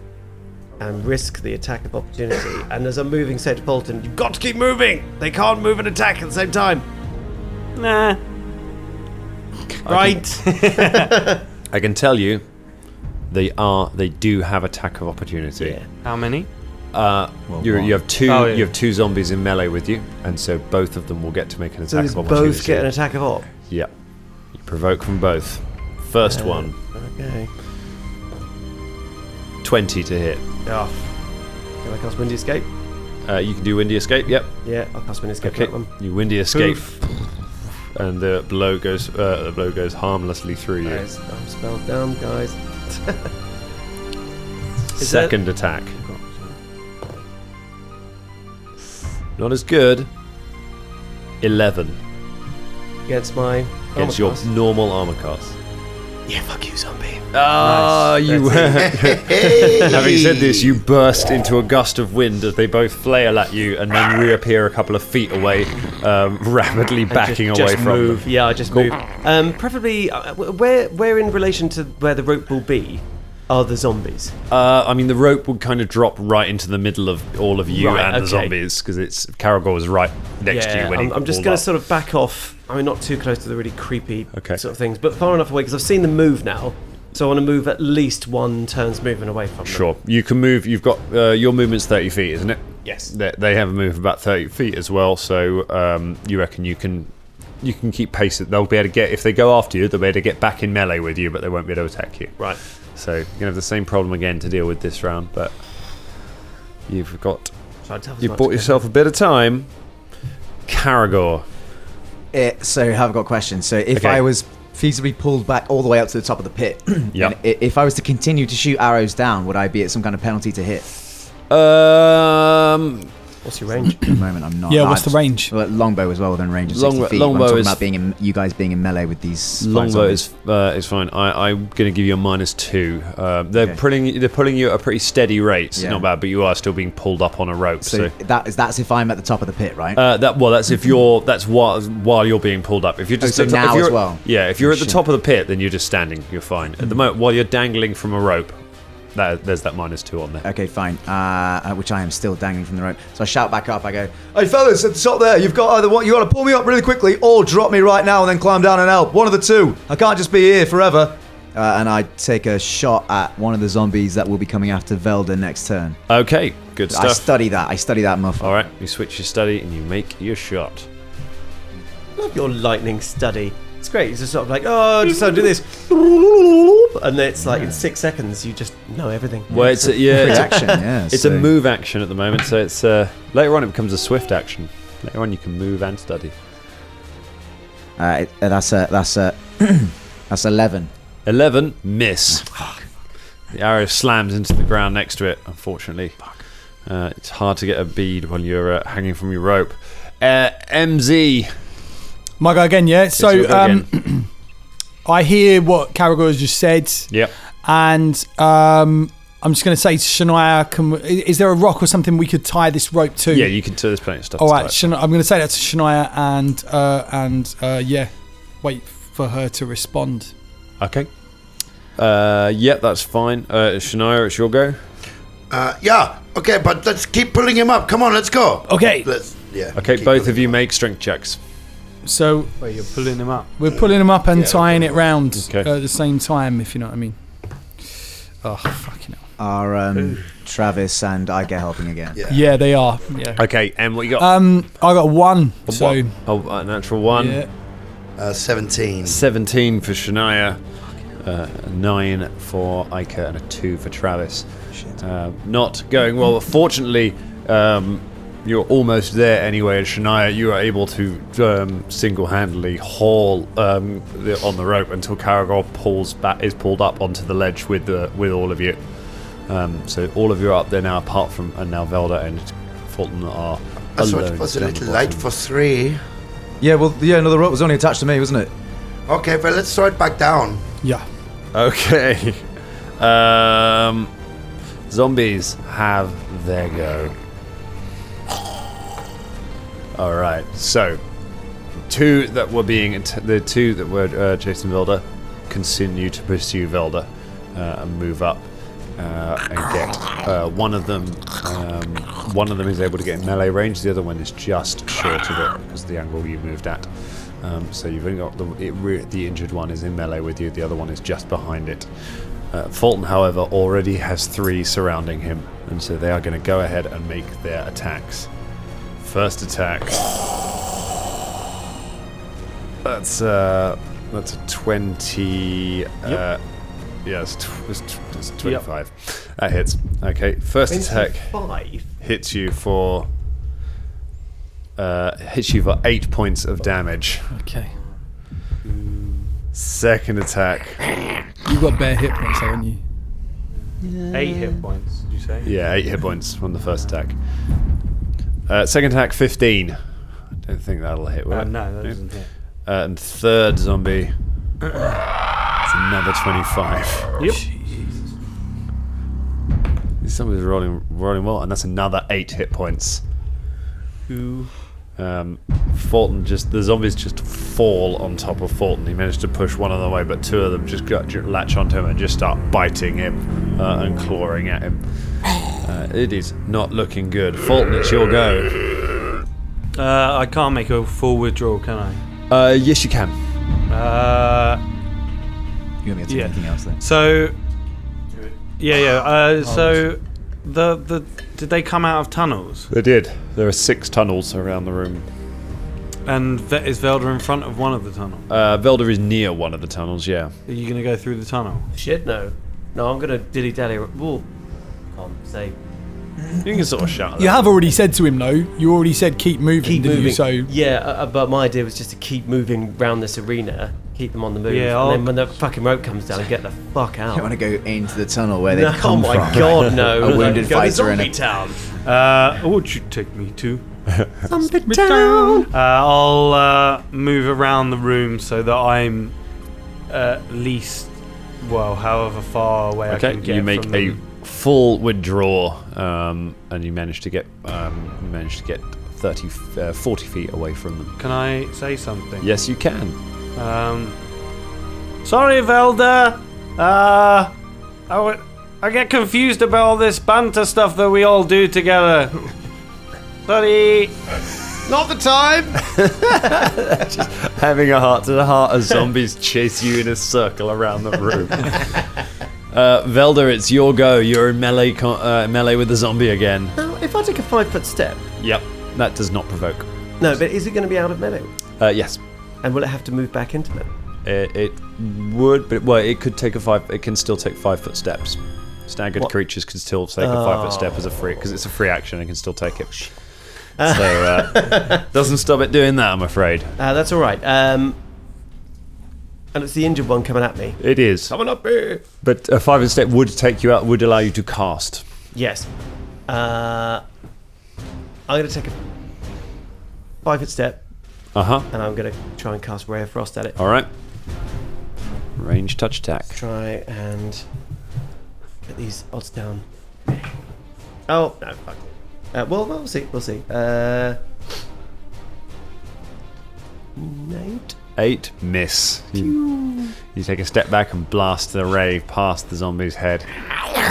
Speaker 6: and risk the attack of opportunity. and as I'm moving, say to Bolton, you've got to keep moving! They can't move and attack at the same time!
Speaker 9: Nah.
Speaker 6: Right.
Speaker 8: I can tell you, they are. They do have attack of opportunity.
Speaker 6: Yeah.
Speaker 9: How many?
Speaker 8: Uh, you you have two.
Speaker 9: Oh, yeah.
Speaker 8: You have two zombies in melee with you, and so both of them will get to make an
Speaker 6: So
Speaker 8: attack
Speaker 6: these
Speaker 8: of opportunity.
Speaker 6: both get an attack of op.
Speaker 8: Yeah, you provoke from both. First
Speaker 6: Uh,
Speaker 8: one,
Speaker 6: Okay.
Speaker 8: 20 to hit.
Speaker 6: Oh. Can I cast Windy Escape?
Speaker 8: Uh, you can do windy escape. Yep.
Speaker 6: Yeah, I'll cast Windy Escape
Speaker 8: Okay.
Speaker 6: that one.
Speaker 8: You windy escape, and the blow goes. Uh, the blow goes harmlessly through you.
Speaker 6: Guys, I'm spelled down, guys. Is that-
Speaker 8: Second attack. Not as good. 11
Speaker 6: Against my.
Speaker 8: against
Speaker 6: armor
Speaker 8: your
Speaker 6: class.
Speaker 8: normal armor class.
Speaker 6: Yeah, fuck you, zombie.
Speaker 8: Ah, you
Speaker 7: Hey!
Speaker 8: Having said this, you burst into a gust of wind as they both flail at you and then reappear a couple of feet away, um, rapidly
Speaker 6: And
Speaker 8: backing
Speaker 6: just,
Speaker 8: away
Speaker 6: just
Speaker 8: from
Speaker 6: move.
Speaker 8: them.
Speaker 6: Yeah, I just move. Um, preferably, uh, w- where where in relation to where the rope will be, are the zombies.
Speaker 8: Uh, I mean, the rope would kind of drop right into the middle of all of you
Speaker 6: Right,
Speaker 8: and the
Speaker 6: okay.
Speaker 8: zombies because it's Caragor was right next to you when
Speaker 6: I'm,
Speaker 8: he
Speaker 6: I'm just
Speaker 8: going
Speaker 6: to sort of back off. I mean, not too close to the really creepy
Speaker 8: Okay.
Speaker 6: sort of things, but far enough away because I've seen them move now. So I want to move at least one turn's movement away from them.
Speaker 8: Sure, you can move. You've got uh, your movement's thirty feet, isn't it?
Speaker 6: Yes.
Speaker 8: They, they have a move of about thirty feet as well. So um, you reckon you can you can keep pace. They'll be able to get if they go after you. They'll be able to get back in melee with you, but they won't be able to attack you.
Speaker 6: Right.
Speaker 8: So you're gonna have the same problem again to deal with this round. But you've got
Speaker 6: So I'd have as
Speaker 8: you
Speaker 6: much
Speaker 8: bought
Speaker 6: as-
Speaker 8: yourself a bit of time. Caragor.
Speaker 4: It, Eh, so I've got questions. So if
Speaker 8: Okay.
Speaker 4: I was feasibly pulled back all the way up to the top of the pit,
Speaker 8: Yeah.
Speaker 4: and i- if I was to continue to shoot arrows down, would I be at some kind of penalty to hit?
Speaker 8: Um,
Speaker 6: What's your range?
Speaker 4: At the moment, I'm not.
Speaker 3: Yeah,
Speaker 4: I'm
Speaker 3: what's the
Speaker 4: just-
Speaker 3: range?
Speaker 4: Well, longbow as well within range of
Speaker 8: Longbow-
Speaker 4: 60 feet.
Speaker 8: longbow
Speaker 4: I'm talking
Speaker 8: is-
Speaker 4: about being in, you guys being in melee with these. five
Speaker 8: Longbow
Speaker 4: zombies.
Speaker 8: is uh, is fine. I, I'm going to give you a minus two. Um, they're
Speaker 4: Okay.
Speaker 8: pulling they're pulling you at a pretty steady rate. It's
Speaker 4: Yeah.
Speaker 8: Not bad, but you are still being pulled up on a rope. So,
Speaker 4: So, that is that's if I'm at the top of the pit, right?
Speaker 8: uh, that well, that's if you're that's while while you're being pulled up. If you're just
Speaker 4: Oh, so
Speaker 8: at the top-
Speaker 4: now
Speaker 8: if you're,
Speaker 4: as well.
Speaker 8: Yeah, if you're at the
Speaker 4: Shit.
Speaker 8: top of the pit, then you're just standing. You're fine. At the moment, while you're dangling from a rope, that, there's that minus two on there.
Speaker 4: Okay, fine. Uh, uh, which I am still dangling from the rope. So I shout back up. I go, "Hey fellas, at the top there, you've got either one. You got to pull me up really quickly, or drop me right now and then climb down and help. One of the two. I can't just be here forever." Uh, and I take a shot at one of the zombies that will be coming after Velda next turn.
Speaker 8: Okay, good
Speaker 4: I
Speaker 8: stuff.
Speaker 4: study that. I study that muffler.
Speaker 8: All right, you switch your study and you make your shot.
Speaker 6: Love your lightning study. It's great. It's just sort of like, oh, I just how to do this, and then it's like in six seconds you just know everything.
Speaker 8: Well, it's a, yeah, it's a-
Speaker 4: Action, yeah.
Speaker 8: It's
Speaker 4: so-
Speaker 8: a move action at the moment, so it's uh, later on it becomes a swift action. Later on, you can move and study.
Speaker 4: Uh, it- uh, that's a that's a that's eleven.
Speaker 8: Eleven, miss. The arrow slams into the ground next to it. Unfortunately, Uh, it's hard to get a bead while you're uh, hanging from your rope. Uh, MZ.
Speaker 3: My go again, yeah.
Speaker 8: It's your
Speaker 3: So
Speaker 8: go
Speaker 3: um,
Speaker 8: again.
Speaker 3: I hear what Caragor has just said,
Speaker 8: yep.
Speaker 3: and um, I'm just going to say, Shania, can we, i- is there a rock or something we could tie this rope to?
Speaker 8: Yeah, you can. So there's plenty of stuff.
Speaker 3: All
Speaker 8: to
Speaker 3: right,
Speaker 8: type.
Speaker 3: Shania, I'm going to say that to Shania, and uh, and uh, yeah, wait for her to respond.
Speaker 8: Okay. Uh, yep, that's fine. Uh, Shania, it's your go.
Speaker 7: Uh, yeah. Okay, but let's keep pulling him up. Come on, let's go.
Speaker 3: Okay.
Speaker 7: Let's. Yeah.
Speaker 8: Okay,
Speaker 7: keep
Speaker 8: both
Speaker 7: pulling
Speaker 8: of you make strength checks.
Speaker 3: So
Speaker 9: Wait, you're pulling them up.
Speaker 3: we're pulling him up and tying it round
Speaker 8: Okay.
Speaker 3: uh, at the same time, if you know what I mean. Oh fucking hell!
Speaker 4: Are um, Travis and I get helping again?
Speaker 7: Yeah.
Speaker 3: Yeah, they are. Yeah.
Speaker 8: Okay, and what you got?
Speaker 3: Um, I got one.
Speaker 8: A
Speaker 3: so
Speaker 8: one. Oh, a natural one.
Speaker 3: yeah.
Speaker 7: Uh, Seventeen.
Speaker 8: 17 for Shania, uh, 9 for Ica, and a 2 for Travis. Uh, not going well, but fortunately, um, you're almost there anyway. And Shania, you are able to um, single handedly haul um, the, on the rope until Karagor pulls back, is pulled up onto the ledge with, the, with all of you. Um, so all of you are up there now, apart from and now Velda and Fulton are
Speaker 7: I thought
Speaker 8: alone.
Speaker 7: it was a
Speaker 8: down
Speaker 7: little
Speaker 8: the
Speaker 7: light
Speaker 8: bottom.
Speaker 7: for three.
Speaker 4: Yeah. Well, yeah. Another rope was only attached to me, wasn't it?
Speaker 7: Okay, well, let's throw it back down.
Speaker 3: Yeah.
Speaker 8: Okay. Um, zombies have their go. All right. So, two that were being att- the two that were uh, chasing Velda continue to pursue Velda uh, and move up uh, and get uh, one of them. Um, one of them is able to get in melee range. The other one is just short of it because of the angle you moved at. Um, so you've only got the, it re- the injured one is in melee with you. The other one is just behind it. Uh, Fulton, however, already has three surrounding him, and so they are going to go ahead and make their attacks. First attack. That's uh, that's a twenty. Uh, yeah, it's, tw- it's, tw- it's twenty-five. That hits. Okay, first attack
Speaker 6: Five.
Speaker 8: hits you for uh, hits you for eight points of damage.
Speaker 3: Okay.
Speaker 8: Second attack,
Speaker 3: You've got bare hit points, haven't you?
Speaker 9: Eight hit points, did you say?
Speaker 8: yeah, eight hit points from the first attack. Uh, second attack, fifteen. I don't think that'll hit. will
Speaker 9: Uh,
Speaker 8: it?
Speaker 9: no, that doesn't hit.
Speaker 8: Uh, and third zombie, it's another twenty-five.
Speaker 9: Yep.
Speaker 8: Somebody's rolling, rolling well, and that's another eight hit points. Um, Fulton just the zombies just fall on top of Fulton. He managed to push one of them away, but two of them just got, ju- latch onto him and just start biting him uh, and clawing at him. Uh, it is not looking good. Fulton, it's your go.
Speaker 9: Uh, I can't make a full withdrawal, can I?
Speaker 8: Uh, yes, you can.
Speaker 9: Uh,
Speaker 4: You won't be able to do
Speaker 9: Yeah.
Speaker 4: anything else then.
Speaker 9: so. Yeah, yeah. Uh, so, the the did they come out of tunnels?
Speaker 8: They did. There are six tunnels around the room.
Speaker 9: And Ve- is Velda in front of one of the tunnel?
Speaker 8: Uh, Velda is near one of the tunnels. Yeah.
Speaker 9: Are you gonna go through the tunnel?
Speaker 6: Shit, no. No, I'm gonna dilly dally. Whoa. Can't say.
Speaker 8: You can sort of shout.
Speaker 3: You have already said to him, no. You already said keep moving,
Speaker 6: Keep
Speaker 3: didn't
Speaker 6: moving.
Speaker 3: you? So
Speaker 6: Yeah, uh, uh, but my idea was just to keep moving round this arena, keep them on the move.
Speaker 9: Yeah,
Speaker 6: and
Speaker 9: I'll-
Speaker 6: then when the fucking rope comes down, get the fuck
Speaker 4: I want
Speaker 6: out.
Speaker 4: to go into the tunnel where they
Speaker 6: No, oh
Speaker 4: come
Speaker 6: my
Speaker 4: from.
Speaker 6: god, no.
Speaker 4: A wounded
Speaker 6: Go to
Speaker 4: fighter in
Speaker 6: zombie
Speaker 4: a-
Speaker 6: town.
Speaker 9: Uh, would you take me to?
Speaker 6: Zombie town.
Speaker 9: Uh, I'll uh, move around the room so that I'm at least, well, however far away I
Speaker 8: Okay,
Speaker 9: can get
Speaker 8: you make
Speaker 9: from
Speaker 8: a
Speaker 9: them.
Speaker 8: full withdraw, um, and you manage to get um, you manage to get 30, f- uh, 40 feet away from them.
Speaker 9: Can I say something?
Speaker 8: Yes, you can.
Speaker 9: Um, sorry, Velda. Uh, I, w- I get confused about all this banter stuff that we all do together. sorry.
Speaker 8: Not the time. having a heart to the heart as zombies chase you in a circle around the room. Uh, Velda, it's your go. You're in melee con- uh, melee with the zombie again.
Speaker 6: Now, if I take a five foot step,
Speaker 8: Yep, that does not provoke.
Speaker 6: no, but is it going to be out of melee?
Speaker 8: Uh, yes,
Speaker 6: And will it have to move back into melee?
Speaker 8: It, it would, but well, it could take a five. It can still take five foot steps. Staggered
Speaker 6: What?
Speaker 8: creatures can still take a five foot step as a free because it's a free action. It can still take it. So uh, doesn't stop it doing that. I'm afraid
Speaker 6: Uh, that's all right. Um, and it's the injured one coming at me.
Speaker 8: it is.
Speaker 6: Coming up here.
Speaker 8: But a five foot step would take you out. Would allow you to cast.
Speaker 6: Yes. Uh, I'm going to take a five foot step
Speaker 8: Uh huh.
Speaker 6: and I'm going to try and cast Ray of Frost at it.
Speaker 8: All right. Range touch attack.
Speaker 6: Try and get these odds down. Oh, no, fuck. Uh, well, we'll see. We'll see. Uh, eight.
Speaker 8: Eight miss. You, you take a step back and blast the ray past the zombie's head,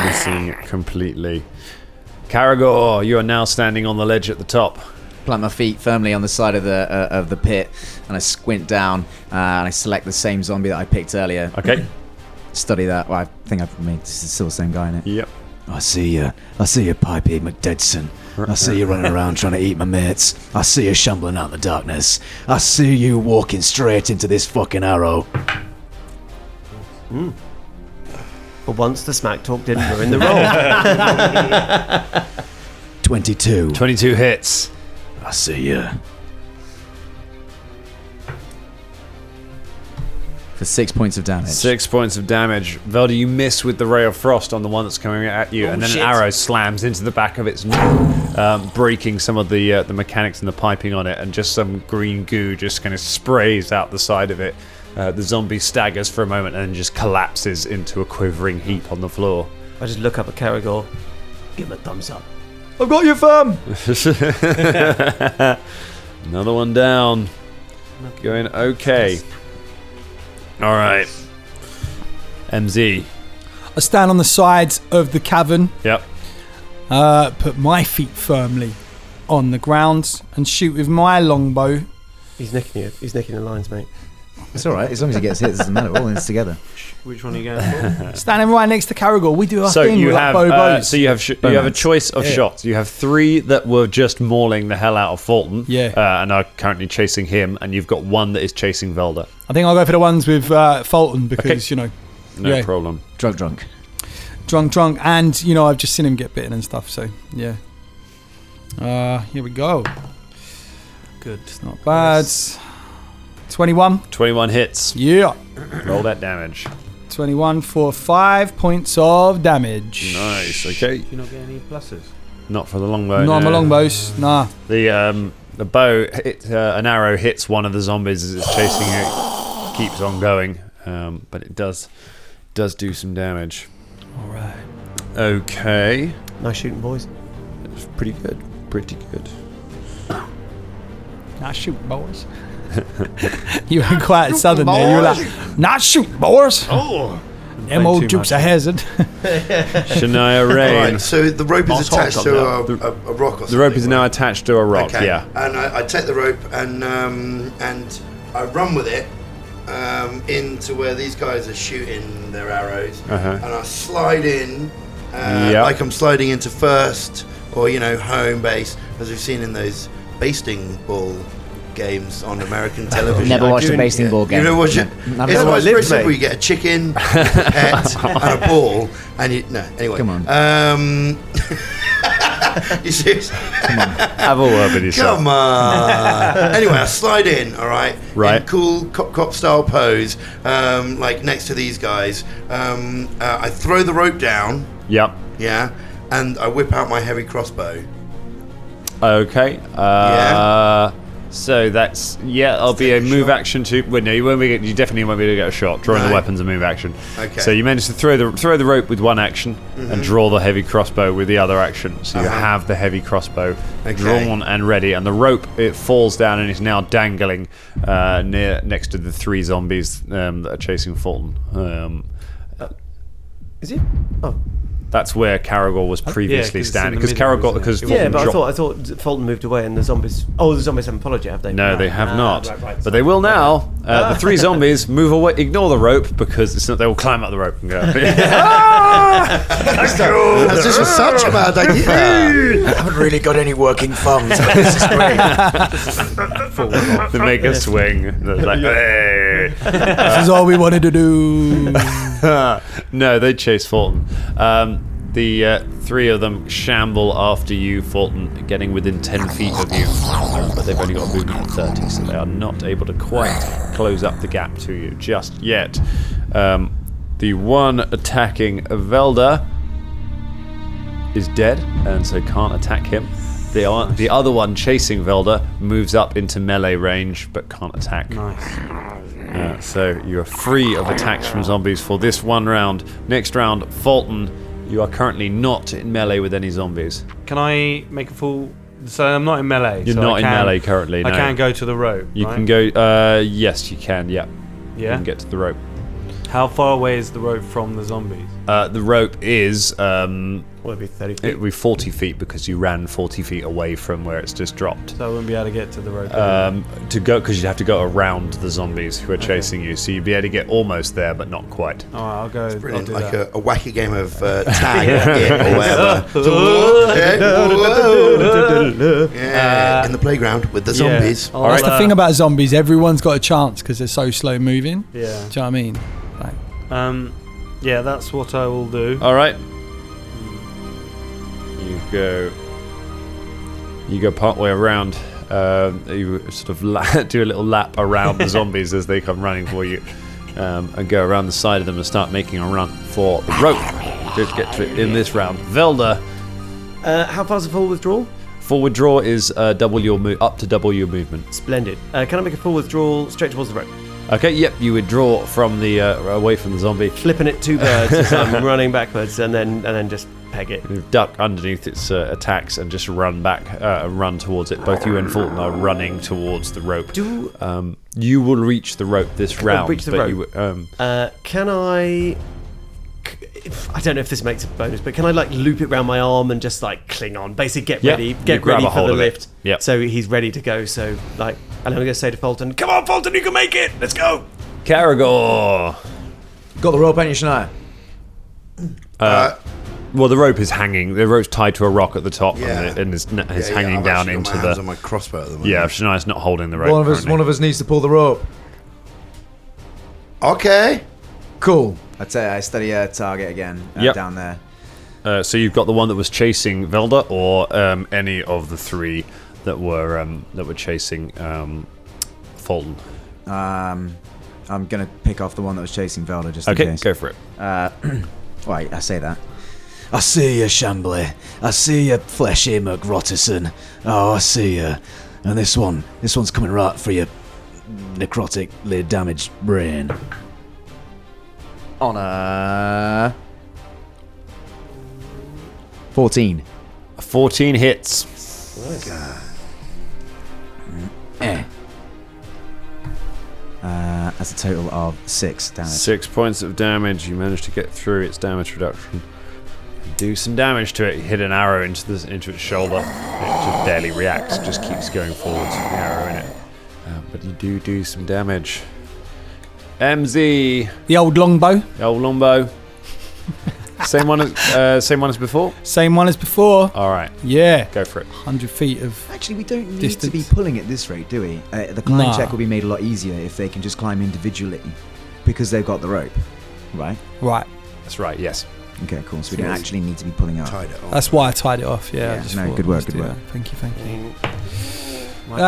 Speaker 8: missing it completely. Caragor, you are now standing on the ledge at the top.
Speaker 4: Plant my feet firmly on the side of the uh, of the pit, and I squint down uh, and I select the same zombie that I picked earlier.
Speaker 8: Okay.
Speaker 4: Study that. Well, I think I've made it's still the same guy in it.
Speaker 8: Yep.
Speaker 4: I see you. I see you, Pipey McDeadson. I see you running around trying to eat my mates. I see you shambling out in the darkness. I see you walking straight into this fucking arrow.
Speaker 6: But once the smack talk didn't ruin the roll.
Speaker 4: 22.
Speaker 8: 22 hits.
Speaker 4: I see you. For six points of damage.
Speaker 8: Six points of damage. Velda, you miss with the ray of frost on the one that's coming at you, and then an arrow slams into the back of its neck, um, breaking some of the uh, the mechanics and the piping on it, and just some green goo just kind of sprays out the side of it. Uh, the zombie staggers for a moment and then just collapses into a quivering heap on the floor.
Speaker 6: I just look up at Caragor, give him a thumbs up.
Speaker 5: I've got you, firm.
Speaker 8: Another one down. Going okay. All right. MZ.
Speaker 3: I stand on the sides of the cavern,
Speaker 8: Yep.
Speaker 3: uh, put my feet firmly on the ground, and shoot with my longbow
Speaker 6: He's nicking you. He's nicking the lines, mate.
Speaker 4: It's all right as long as he gets hit. It doesn't matter. We're all in this together.
Speaker 9: Which one are you going for?
Speaker 3: Standing right next to Carrigal, we do our
Speaker 8: So
Speaker 3: thing.
Speaker 8: you
Speaker 3: we
Speaker 8: have,
Speaker 3: like bow
Speaker 8: uh,
Speaker 3: boats.
Speaker 8: so you have, sh- you have a choice of shots. You have three that were just mauling the hell out of Fulton,
Speaker 3: Yeah.
Speaker 8: uh, and are currently chasing him, and you've got one that is chasing Velda.
Speaker 3: I think I'll go for the ones with uh, Fulton because you know,
Speaker 8: No
Speaker 3: Yeah.
Speaker 8: problem.
Speaker 4: Drug drunk.
Speaker 3: drunk, drunk, and you know I've just seen him get bitten and stuff. So yeah. Uh, here we go.
Speaker 9: Good.
Speaker 3: It's not bad. Twenty-one.
Speaker 8: Twenty-one hits.
Speaker 3: Yeah.
Speaker 8: Roll that damage.
Speaker 3: 21 for 5 points of damage.
Speaker 8: Nice. Okay.
Speaker 9: You not get any pluses.
Speaker 8: Not for the longbow.
Speaker 3: no, I'm
Speaker 8: no.
Speaker 3: a longbows. Nah.
Speaker 8: The um, the bow, hit, uh, an arrow hits one of the zombies as it's chasing it. Keeps on going, um, but it does does do some damage.
Speaker 9: All right.
Speaker 8: Okay,
Speaker 6: Nice shooting, boys.
Speaker 8: it's pretty good. Pretty good.
Speaker 3: Nah, shoot, boys. you were quite southern there. You were like, nah, shoot, boys. Oh. Them old jukes a hazard.
Speaker 8: Shania Rain.
Speaker 7: Right, so the rope is
Speaker 8: top
Speaker 7: attached
Speaker 8: up
Speaker 7: to
Speaker 8: now.
Speaker 7: a,
Speaker 8: The-
Speaker 7: a, a rock or something.
Speaker 8: The rope is now
Speaker 7: right?
Speaker 8: attached to a rock.
Speaker 7: Okay.
Speaker 8: Yeah.
Speaker 7: And I, I take the rope and um, and I run with it um, into where these guys are shooting their arrows,
Speaker 8: Uh-huh.
Speaker 7: and I slide in uh,
Speaker 8: Yep.
Speaker 7: like I'm sliding into first or you know home base, as we've seen in those basting ball games on American television.
Speaker 4: Never watched a
Speaker 6: doing-
Speaker 4: basting ball game.
Speaker 7: You never watch it.
Speaker 4: No,
Speaker 7: it's
Speaker 4: never
Speaker 7: always
Speaker 6: I
Speaker 7: very
Speaker 6: lived,
Speaker 7: simple.
Speaker 6: mate.
Speaker 7: You get a chicken, a pet, and a ball, and you no. Anyway,
Speaker 4: Come on.
Speaker 7: Um, you serious?
Speaker 8: Have a word with yourself.
Speaker 7: Come on. anyway, I slide in, all right?
Speaker 8: Right.
Speaker 7: In cool cop cop style pose, um, like next to these guys. Um, uh, I throw the rope down,
Speaker 8: Yep.
Speaker 7: yeah, and I whip out my heavy crossbow.
Speaker 8: Okay. Uh, So that's yeah. I'll be a move action to. Well, no, you won't be. You definitely won't be able to get a shot. Drawing the
Speaker 7: No.
Speaker 8: weapons a move action.
Speaker 7: Okay. Mm-hmm.
Speaker 8: So you manage to throw the throw the rope with one action and draw the heavy crossbow with the other action. So you
Speaker 7: Uh-huh.
Speaker 8: have the heavy crossbow
Speaker 7: Okay.
Speaker 8: drawn and ready, and the rope it falls down and is now dangling uh, near next to the three zombies um, that are chasing Fulton. Um,
Speaker 6: Is he? Oh,
Speaker 8: that's where Caragor was previously
Speaker 9: Oh, 'cause it's in
Speaker 8: standing
Speaker 9: the
Speaker 8: because
Speaker 9: middle,
Speaker 8: Caragor
Speaker 9: isn't it?
Speaker 8: because
Speaker 9: Yeah,
Speaker 6: yeah,
Speaker 8: Fulton
Speaker 6: but I
Speaker 8: dropped
Speaker 6: thought I thought Fulton moved away and the zombies. Oh, the zombies haven't followed yet, have they?
Speaker 8: No,
Speaker 6: Right.
Speaker 8: they have
Speaker 6: Ah,
Speaker 8: not.
Speaker 6: right, right.
Speaker 8: But they will now. Uh, the three zombies move away, ignore the rope because it's not. They will climb up the rope and go.
Speaker 5: This was such a bad idea. I haven't really got any working thumbs, but this is great.
Speaker 8: they make a swing. They're like, "Hey."
Speaker 3: this is all we wanted to do.
Speaker 8: no, they chase Fulton. Um, the uh, three of them shamble after you, Fulton, getting within ten feet of you. Um, but they've only got a movement of thirty, so they are not able to quite close up the gap to you just yet. Um, the one attacking Velda. is dead and so can't attack him. The, o- the other one chasing Velda moves up into melee range but can't attack. Nice. Uh, so you are free of attacks from zombies for this one round. Next round, Fulton, you are currently not in melee with any zombies.
Speaker 9: Can I make a full? So I'm not in melee.
Speaker 8: You're
Speaker 9: so
Speaker 8: not
Speaker 9: I
Speaker 8: in
Speaker 9: can-
Speaker 8: melee currently,
Speaker 9: I
Speaker 8: no.
Speaker 9: can go to the rope.
Speaker 8: You
Speaker 9: right?
Speaker 8: can go. Uh, yes, you can. Yeah. You
Speaker 9: Yeah.
Speaker 8: can get to the rope.
Speaker 9: How far away is the rope from the zombies?
Speaker 8: Uh, the rope is um,
Speaker 6: Well, it'd be thirty feet.
Speaker 8: it would be 40 feet because you ran 40 feet away from where it's just dropped.
Speaker 9: So I wouldn't be able to get to the rope.
Speaker 8: um, to go because you'd have to go around the zombies who are chasing you. So you'd be able to get almost there, but not quite.
Speaker 9: All right, I'll go.
Speaker 7: Brilliant,
Speaker 9: I'll do
Speaker 7: like
Speaker 9: that.
Speaker 7: a, a wacky game of uh, tag yeah, or whatever. So, whoa, yeah, whoa. Yeah, in the playground with the
Speaker 9: Yeah,
Speaker 7: zombies.
Speaker 8: Oh,
Speaker 9: I'll,
Speaker 3: That's the
Speaker 9: uh,
Speaker 3: thing about zombies. Everyone's got a chance because they're so slow moving. Do
Speaker 9: Yeah.
Speaker 3: you know what I mean? Like,
Speaker 9: Um, yeah, that's what I will do.
Speaker 8: All right. You go. You go partway around. Um, you sort of la- do a little lap around the zombies as they come running for you, um, and go around the side of them and start making a run for the rope. Good to get to it in this round. Velda,
Speaker 6: Uh, how far's a full withdrawal?
Speaker 8: forward draw is uh, double your mo- up to double your movement.
Speaker 6: Splendid. Uh, can I make a full withdrawal straight towards the rope?
Speaker 8: Okay, yep, you withdraw from the uh, away from the zombie.
Speaker 6: Flipping it two birds as I'm running backwards, and then and then just peg it.
Speaker 8: You duck underneath its uh, attacks and just run back uh, and run towards it. Both you and Fulton are running towards the rope.
Speaker 6: Do
Speaker 8: Um, you will reach the rope this round. um,
Speaker 7: Uh,
Speaker 6: reach the
Speaker 8: but
Speaker 6: rope.
Speaker 8: You, um,
Speaker 6: uh, can I? c- Uh, I don't know if this makes a bonus, but can I like loop it around my arm and just like cling on? Basically, get
Speaker 8: Yeah.
Speaker 6: ready,
Speaker 8: You
Speaker 6: get
Speaker 8: grab
Speaker 6: ready
Speaker 8: a
Speaker 6: for
Speaker 8: hold
Speaker 6: the
Speaker 8: of it.
Speaker 6: lift.
Speaker 8: Yep.
Speaker 6: So he's ready to go. So like, and I'm gonna say to Fulton, "Come on, Fulton, you can make it. Let's go."
Speaker 8: Caragor.
Speaker 5: Got the rope on your Shania.
Speaker 8: Well, the rope is hanging. The rope's tied to a rock at the top,
Speaker 7: Yeah.
Speaker 8: and, it, and it's, n-
Speaker 7: Yeah,
Speaker 8: it's
Speaker 7: yeah,
Speaker 8: hanging
Speaker 7: I've
Speaker 8: down
Speaker 7: actually got
Speaker 8: into
Speaker 7: my hands
Speaker 8: the.
Speaker 7: on my crossbow at the moment.
Speaker 8: yeah, Shania's not holding the rope.
Speaker 5: One of us,
Speaker 8: currently.
Speaker 5: one of us needs to pull the rope.
Speaker 7: Okay.
Speaker 5: Cool.
Speaker 4: I'd say I study a target again uh,
Speaker 8: Yep.
Speaker 4: down there.
Speaker 8: Uh, so you've got the one that was chasing Velda, or um, any of the three that were um, that were chasing um, Fulton.
Speaker 4: Um, I'm gonna pick off the one that was chasing Velda just in
Speaker 8: Okay,
Speaker 4: case.
Speaker 8: go for it.
Speaker 4: Right, I say that. I see you, Shambly. I see you, fleshy McRottison. Oh, I see you. And this one, this one's coming right for your necrotically damaged brain. On a 14.
Speaker 8: Fourteen hits.
Speaker 4: Uh, that's a total of six damage.
Speaker 8: Six points of damage. You managed to get through its damage reduction. Do some damage to it. You hit an arrow into this into its shoulder. It just barely reacts. Just keeps going forwards with the arrow in it. Uh, but you do do some damage. MZ,
Speaker 3: The old longbow,
Speaker 8: old Lumbo. same one as uh, same one as before.
Speaker 3: same one as before.
Speaker 8: All right,
Speaker 3: Yeah,
Speaker 8: go for it.
Speaker 3: 100 feet of.
Speaker 4: Actually, we don't need to
Speaker 3: Distance.
Speaker 4: be pulling at this rate, do we? Uh, the climb
Speaker 3: Nah.
Speaker 4: check will be made a lot easier if they can just climb individually because they've got the rope, right?
Speaker 3: Right,
Speaker 8: That's right. Yes.
Speaker 4: Okay, cool. So we don't actually need to be pulling up.
Speaker 7: Tied it on.
Speaker 3: that's why I tied it off. Yeah, I
Speaker 4: Yeah,
Speaker 3: just
Speaker 4: no,
Speaker 3: thought
Speaker 4: good work,
Speaker 3: let's
Speaker 4: good
Speaker 3: do
Speaker 4: work.
Speaker 3: that. Thank you, thank you.
Speaker 8: Uh,
Speaker 6: My
Speaker 3: Ah,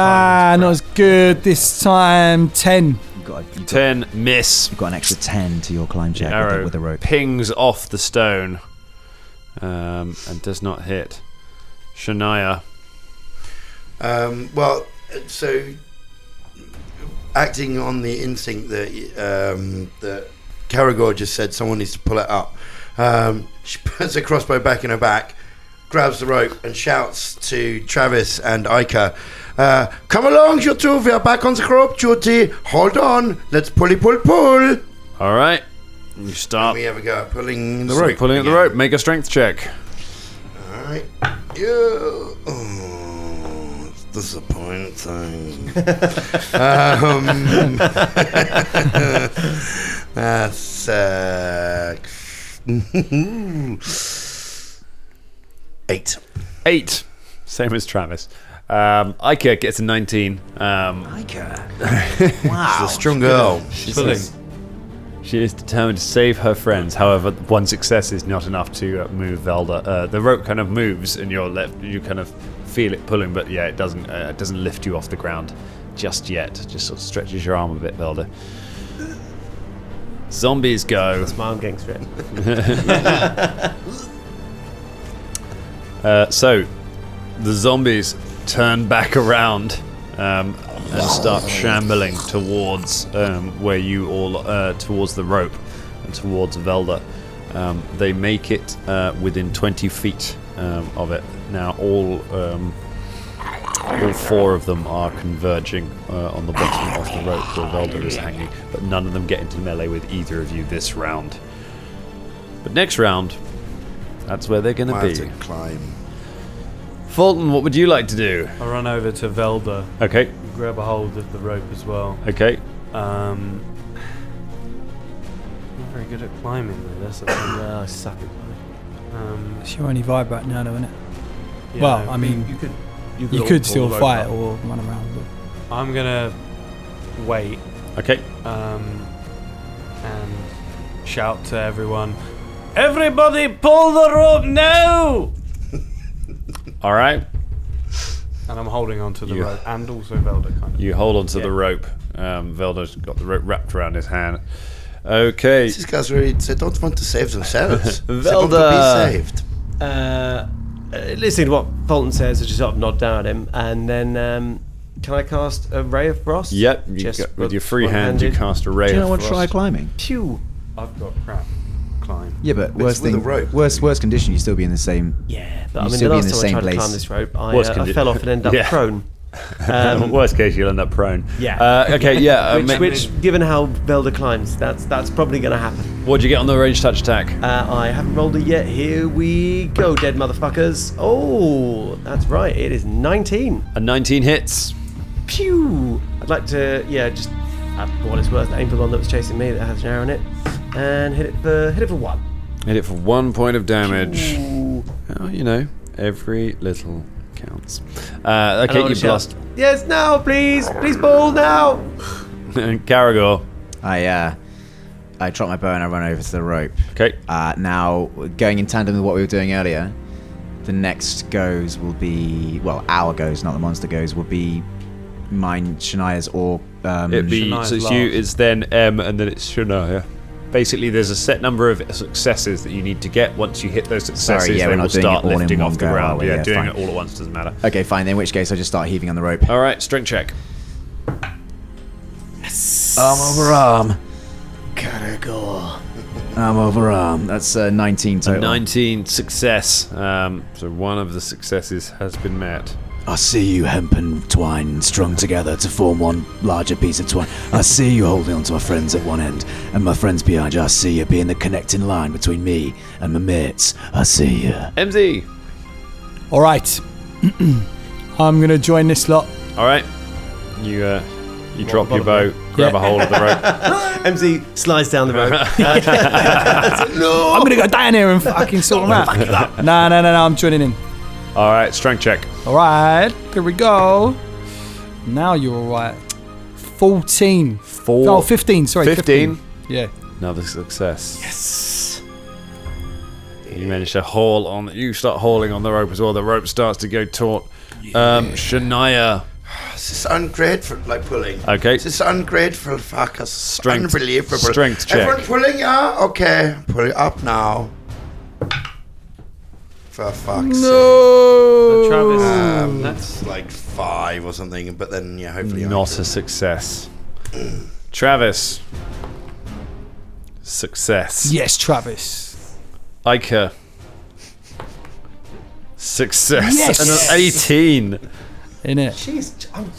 Speaker 6: timing's
Speaker 3: not as good this time. 10.
Speaker 4: You've got, you've got-
Speaker 8: Ten miss.
Speaker 4: you've got an extra 10 to your climb check with the,
Speaker 8: arrow
Speaker 4: with the rope.
Speaker 8: pings off the stone um, and does not hit. Shania,
Speaker 7: Um, well, uh, so acting on the instinct that um, that Caragor just said, someone needs to pull it up. Um, she puts her crossbow back in her back, grabs the rope, and shouts to Travis and Ica, uh, "Come along, you two. We are back on the rope duty. Hold on. Let's pulley, pull, pull."
Speaker 8: all right, you start
Speaker 7: We have a go at pulling the
Speaker 8: start
Speaker 7: rope.
Speaker 8: pulling at the
Speaker 7: again.
Speaker 8: rope. Make a strength check.
Speaker 7: All right. You. Oh, it's disappointing. um, that's uh, eight.
Speaker 8: Eight, same as Travis. Um, Ica gets a nineteen. Um,
Speaker 7: She's a strong girl.
Speaker 8: she is determined to save her friends. However, one success is not enough to uh, move Velda. Uh, the rope kind of moves, and you're left. You kind of feel it pulling, but yeah, it doesn't. Uh, it doesn't lift you off the ground just yet. Just sort of stretches your arm a bit, Velda. Zombies go.
Speaker 6: My arm getting stripped.
Speaker 8: Uh, so the zombies turn back around um, and start shambling towards um, where you all uh, towards the rope and towards Velda. Um, they make it uh, within 20 feet um, of it. Now all um, all four of them are converging uh, on the bottom of the rope where Velda is hanging, but none of them get into melee with either of you this round. But next round, that's where they're going
Speaker 7: I
Speaker 8: to
Speaker 7: have
Speaker 8: be.
Speaker 7: to climb.
Speaker 8: Fulton, what would you like to do?
Speaker 9: I run over to Velda,
Speaker 8: Okay,
Speaker 9: grab a hold of the rope as well.
Speaker 8: okay.
Speaker 9: Um, not very good at climbing though. That's the thing.
Speaker 6: No, I suck at climbing.
Speaker 9: Um,
Speaker 3: It's your only vibe right now, though, isn't it?
Speaker 9: yeah,
Speaker 3: Well, I mean,
Speaker 9: could
Speaker 3: You
Speaker 9: all
Speaker 3: could
Speaker 9: pull
Speaker 3: still
Speaker 9: the rope
Speaker 3: fight
Speaker 9: up.
Speaker 3: or run around. But
Speaker 9: I'm gonna wait
Speaker 8: Okay.
Speaker 9: um, and shout to everyone. Everybody, pull the rope now!
Speaker 8: All right.
Speaker 9: And I'm holding onto the
Speaker 8: You-
Speaker 9: rope, and also Velda kind of.
Speaker 8: You hold onto
Speaker 9: Yeah.
Speaker 8: the rope. Um, Velda's got the rope wrapped around his hand. Okay.
Speaker 7: These guys really they don't want to save themselves. they want
Speaker 8: Velda.
Speaker 7: to be saved.
Speaker 6: Uh, uh, listening to what Fulton says, I just sort of nod down at him, and then um, can I cast a ray of frost?
Speaker 8: Yep. You
Speaker 6: Just
Speaker 8: got- with your free hand, you
Speaker 6: one-handed.
Speaker 8: cast a ray
Speaker 4: Do you
Speaker 8: of
Speaker 4: know what? Try
Speaker 8: frost.
Speaker 4: climbing.
Speaker 6: Phew.
Speaker 9: I've got crap. Climb.
Speaker 4: Yeah, but worst
Speaker 7: with
Speaker 4: thing,
Speaker 7: a rope.
Speaker 4: worst worst condition, you would still be in the same.
Speaker 6: Yeah, but
Speaker 4: You'd
Speaker 6: I mean,
Speaker 4: still
Speaker 6: the
Speaker 4: be in
Speaker 6: last
Speaker 4: the
Speaker 6: time I
Speaker 4: same
Speaker 6: tried to
Speaker 4: place.
Speaker 6: climb this rope, I,
Speaker 8: Worst
Speaker 6: uh, I
Speaker 8: condi-
Speaker 6: fell off and ended up
Speaker 8: Yeah.
Speaker 6: prone. Um,
Speaker 8: Worst case, you'll end up prone.
Speaker 6: Yeah.
Speaker 8: Uh, okay. Yeah. uh,
Speaker 6: which,
Speaker 8: ma-
Speaker 6: which, given how Velda climbs, that's that's probably going to happen.
Speaker 8: What'd you get on the range touch attack?
Speaker 6: Uh, I haven't rolled it yet. Here we go, dead motherfuckers. Oh, that's right. It is 19.
Speaker 8: A 19 hits.
Speaker 6: Pew! I'd like to, yeah, just uh, for what it's worth, aim for the one that was chasing me that has an arrow in it, and hit it for hit it for one.
Speaker 8: Hit it for one point of damage. Oh, you know, every little counts. Uh,
Speaker 6: And I
Speaker 8: okay,
Speaker 6: wanna
Speaker 8: you
Speaker 6: shout,
Speaker 8: blast.
Speaker 6: Yes, now, please, please ball now.
Speaker 8: Caragor.
Speaker 4: I uh, I drop my bow and I run over to the rope.
Speaker 8: Okay.
Speaker 4: Uh, now, going in tandem with what we were doing earlier, the next goes will be well, our goes, not the monster goes, will be mine, Shania's, or um,
Speaker 8: It'd be
Speaker 9: Shania's
Speaker 8: so it's
Speaker 9: last.
Speaker 8: you, it's then M, and then it's Shania. Basically, there's a set number of successes that you need to get. Once you hit those successes,
Speaker 4: yeah,
Speaker 8: they
Speaker 4: we're
Speaker 8: will
Speaker 4: not doing
Speaker 8: start
Speaker 4: it all in
Speaker 8: lifting
Speaker 4: one
Speaker 8: off the
Speaker 4: go, are
Speaker 8: ground.
Speaker 4: we?
Speaker 8: Yeah,
Speaker 4: Yeah,
Speaker 8: doing
Speaker 4: fine.
Speaker 8: it all at once doesn't matter.
Speaker 4: Okay, fine. In which case, I just start heaving on the rope.
Speaker 8: All right, strength check.
Speaker 4: Arm over arm. Gotta go. Arm over arm. That's uh, 19 total.
Speaker 8: 19 success. Um, so one of the successes has been met.
Speaker 4: I see you hemp and twine strung together to form one larger piece of twine. I see you holding on to my friends at one end, and my friends behind you. I see you being the connecting line between me and my mates. I see you.
Speaker 8: MZ.
Speaker 3: All right. I'm going to join this lot.
Speaker 8: All right, you uh, you drop your bow, grab a hold of the rope.
Speaker 6: MZ slides down the road.
Speaker 3: I'm going to go down here and fucking sort them out. No, no, no, no. I'm joining in.
Speaker 8: All right, strength check.
Speaker 3: All right. Here we go. Now you're all right. 14.
Speaker 4: Oh,
Speaker 8: Four.
Speaker 3: No, 15. Sorry.
Speaker 8: 15.
Speaker 3: Yeah.
Speaker 8: Another success. Yes. You manage to haul on. You start hauling on the rope as well. The rope starts to go taut. Um, Shania.
Speaker 7: This is ungrateful, like pulling.
Speaker 8: Okay.
Speaker 7: This is ungrateful, fuckers.
Speaker 8: Strength-
Speaker 7: Unbelievable.
Speaker 8: strength check.
Speaker 7: Everyone pulling, yeah? Okay, pull it up now. For fuck's
Speaker 9: Travis,
Speaker 7: sake. It's like five or something, but then, yeah, hopefully. I
Speaker 8: Not
Speaker 7: can-
Speaker 8: a success. Travis. Success.
Speaker 3: Yes, Travis.
Speaker 8: Ica. Success.
Speaker 3: Yes.
Speaker 8: And an 18.
Speaker 3: In it.
Speaker 6: Jeez, I'm,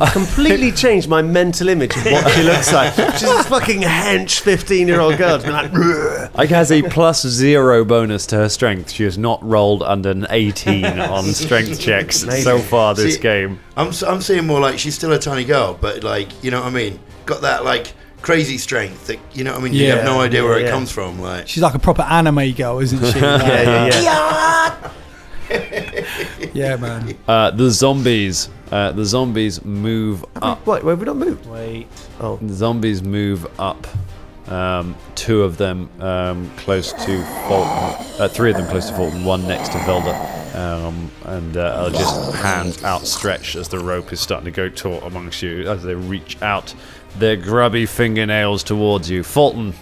Speaker 6: I've completely changed my mental image of what she looks like. She's this fucking hench 15 year old girl. It's been like, "Ugh."
Speaker 8: Ike has a plus zero bonus to her strength. She has not rolled under an 18 on strength checks so far this
Speaker 7: See-
Speaker 8: game.
Speaker 7: I'm, s- I'm seeing more like she's still a tiny girl, but like, you know what I mean? Got that, like, crazy strength that, you know what I mean? you
Speaker 3: Yeah,
Speaker 7: have no idea where
Speaker 6: yeah.
Speaker 7: it comes from. Like,
Speaker 3: She's like a proper anime girl, isn't she? Like,
Speaker 6: yeah, yeah, yeah.
Speaker 3: yeah, man.
Speaker 8: Uh, the zombies. Uh, the zombies move up.
Speaker 6: Wait, wait, we not moved. Oh,
Speaker 9: wait.
Speaker 8: The zombies move up. Um, two of them um, close to Fulton. Uh, three of them close to Fulton, one next to Velda. Um, and uh, are just hands outstretched as the rope is starting to go taut amongst you as they reach out their grubby fingernails towards you. Fulton.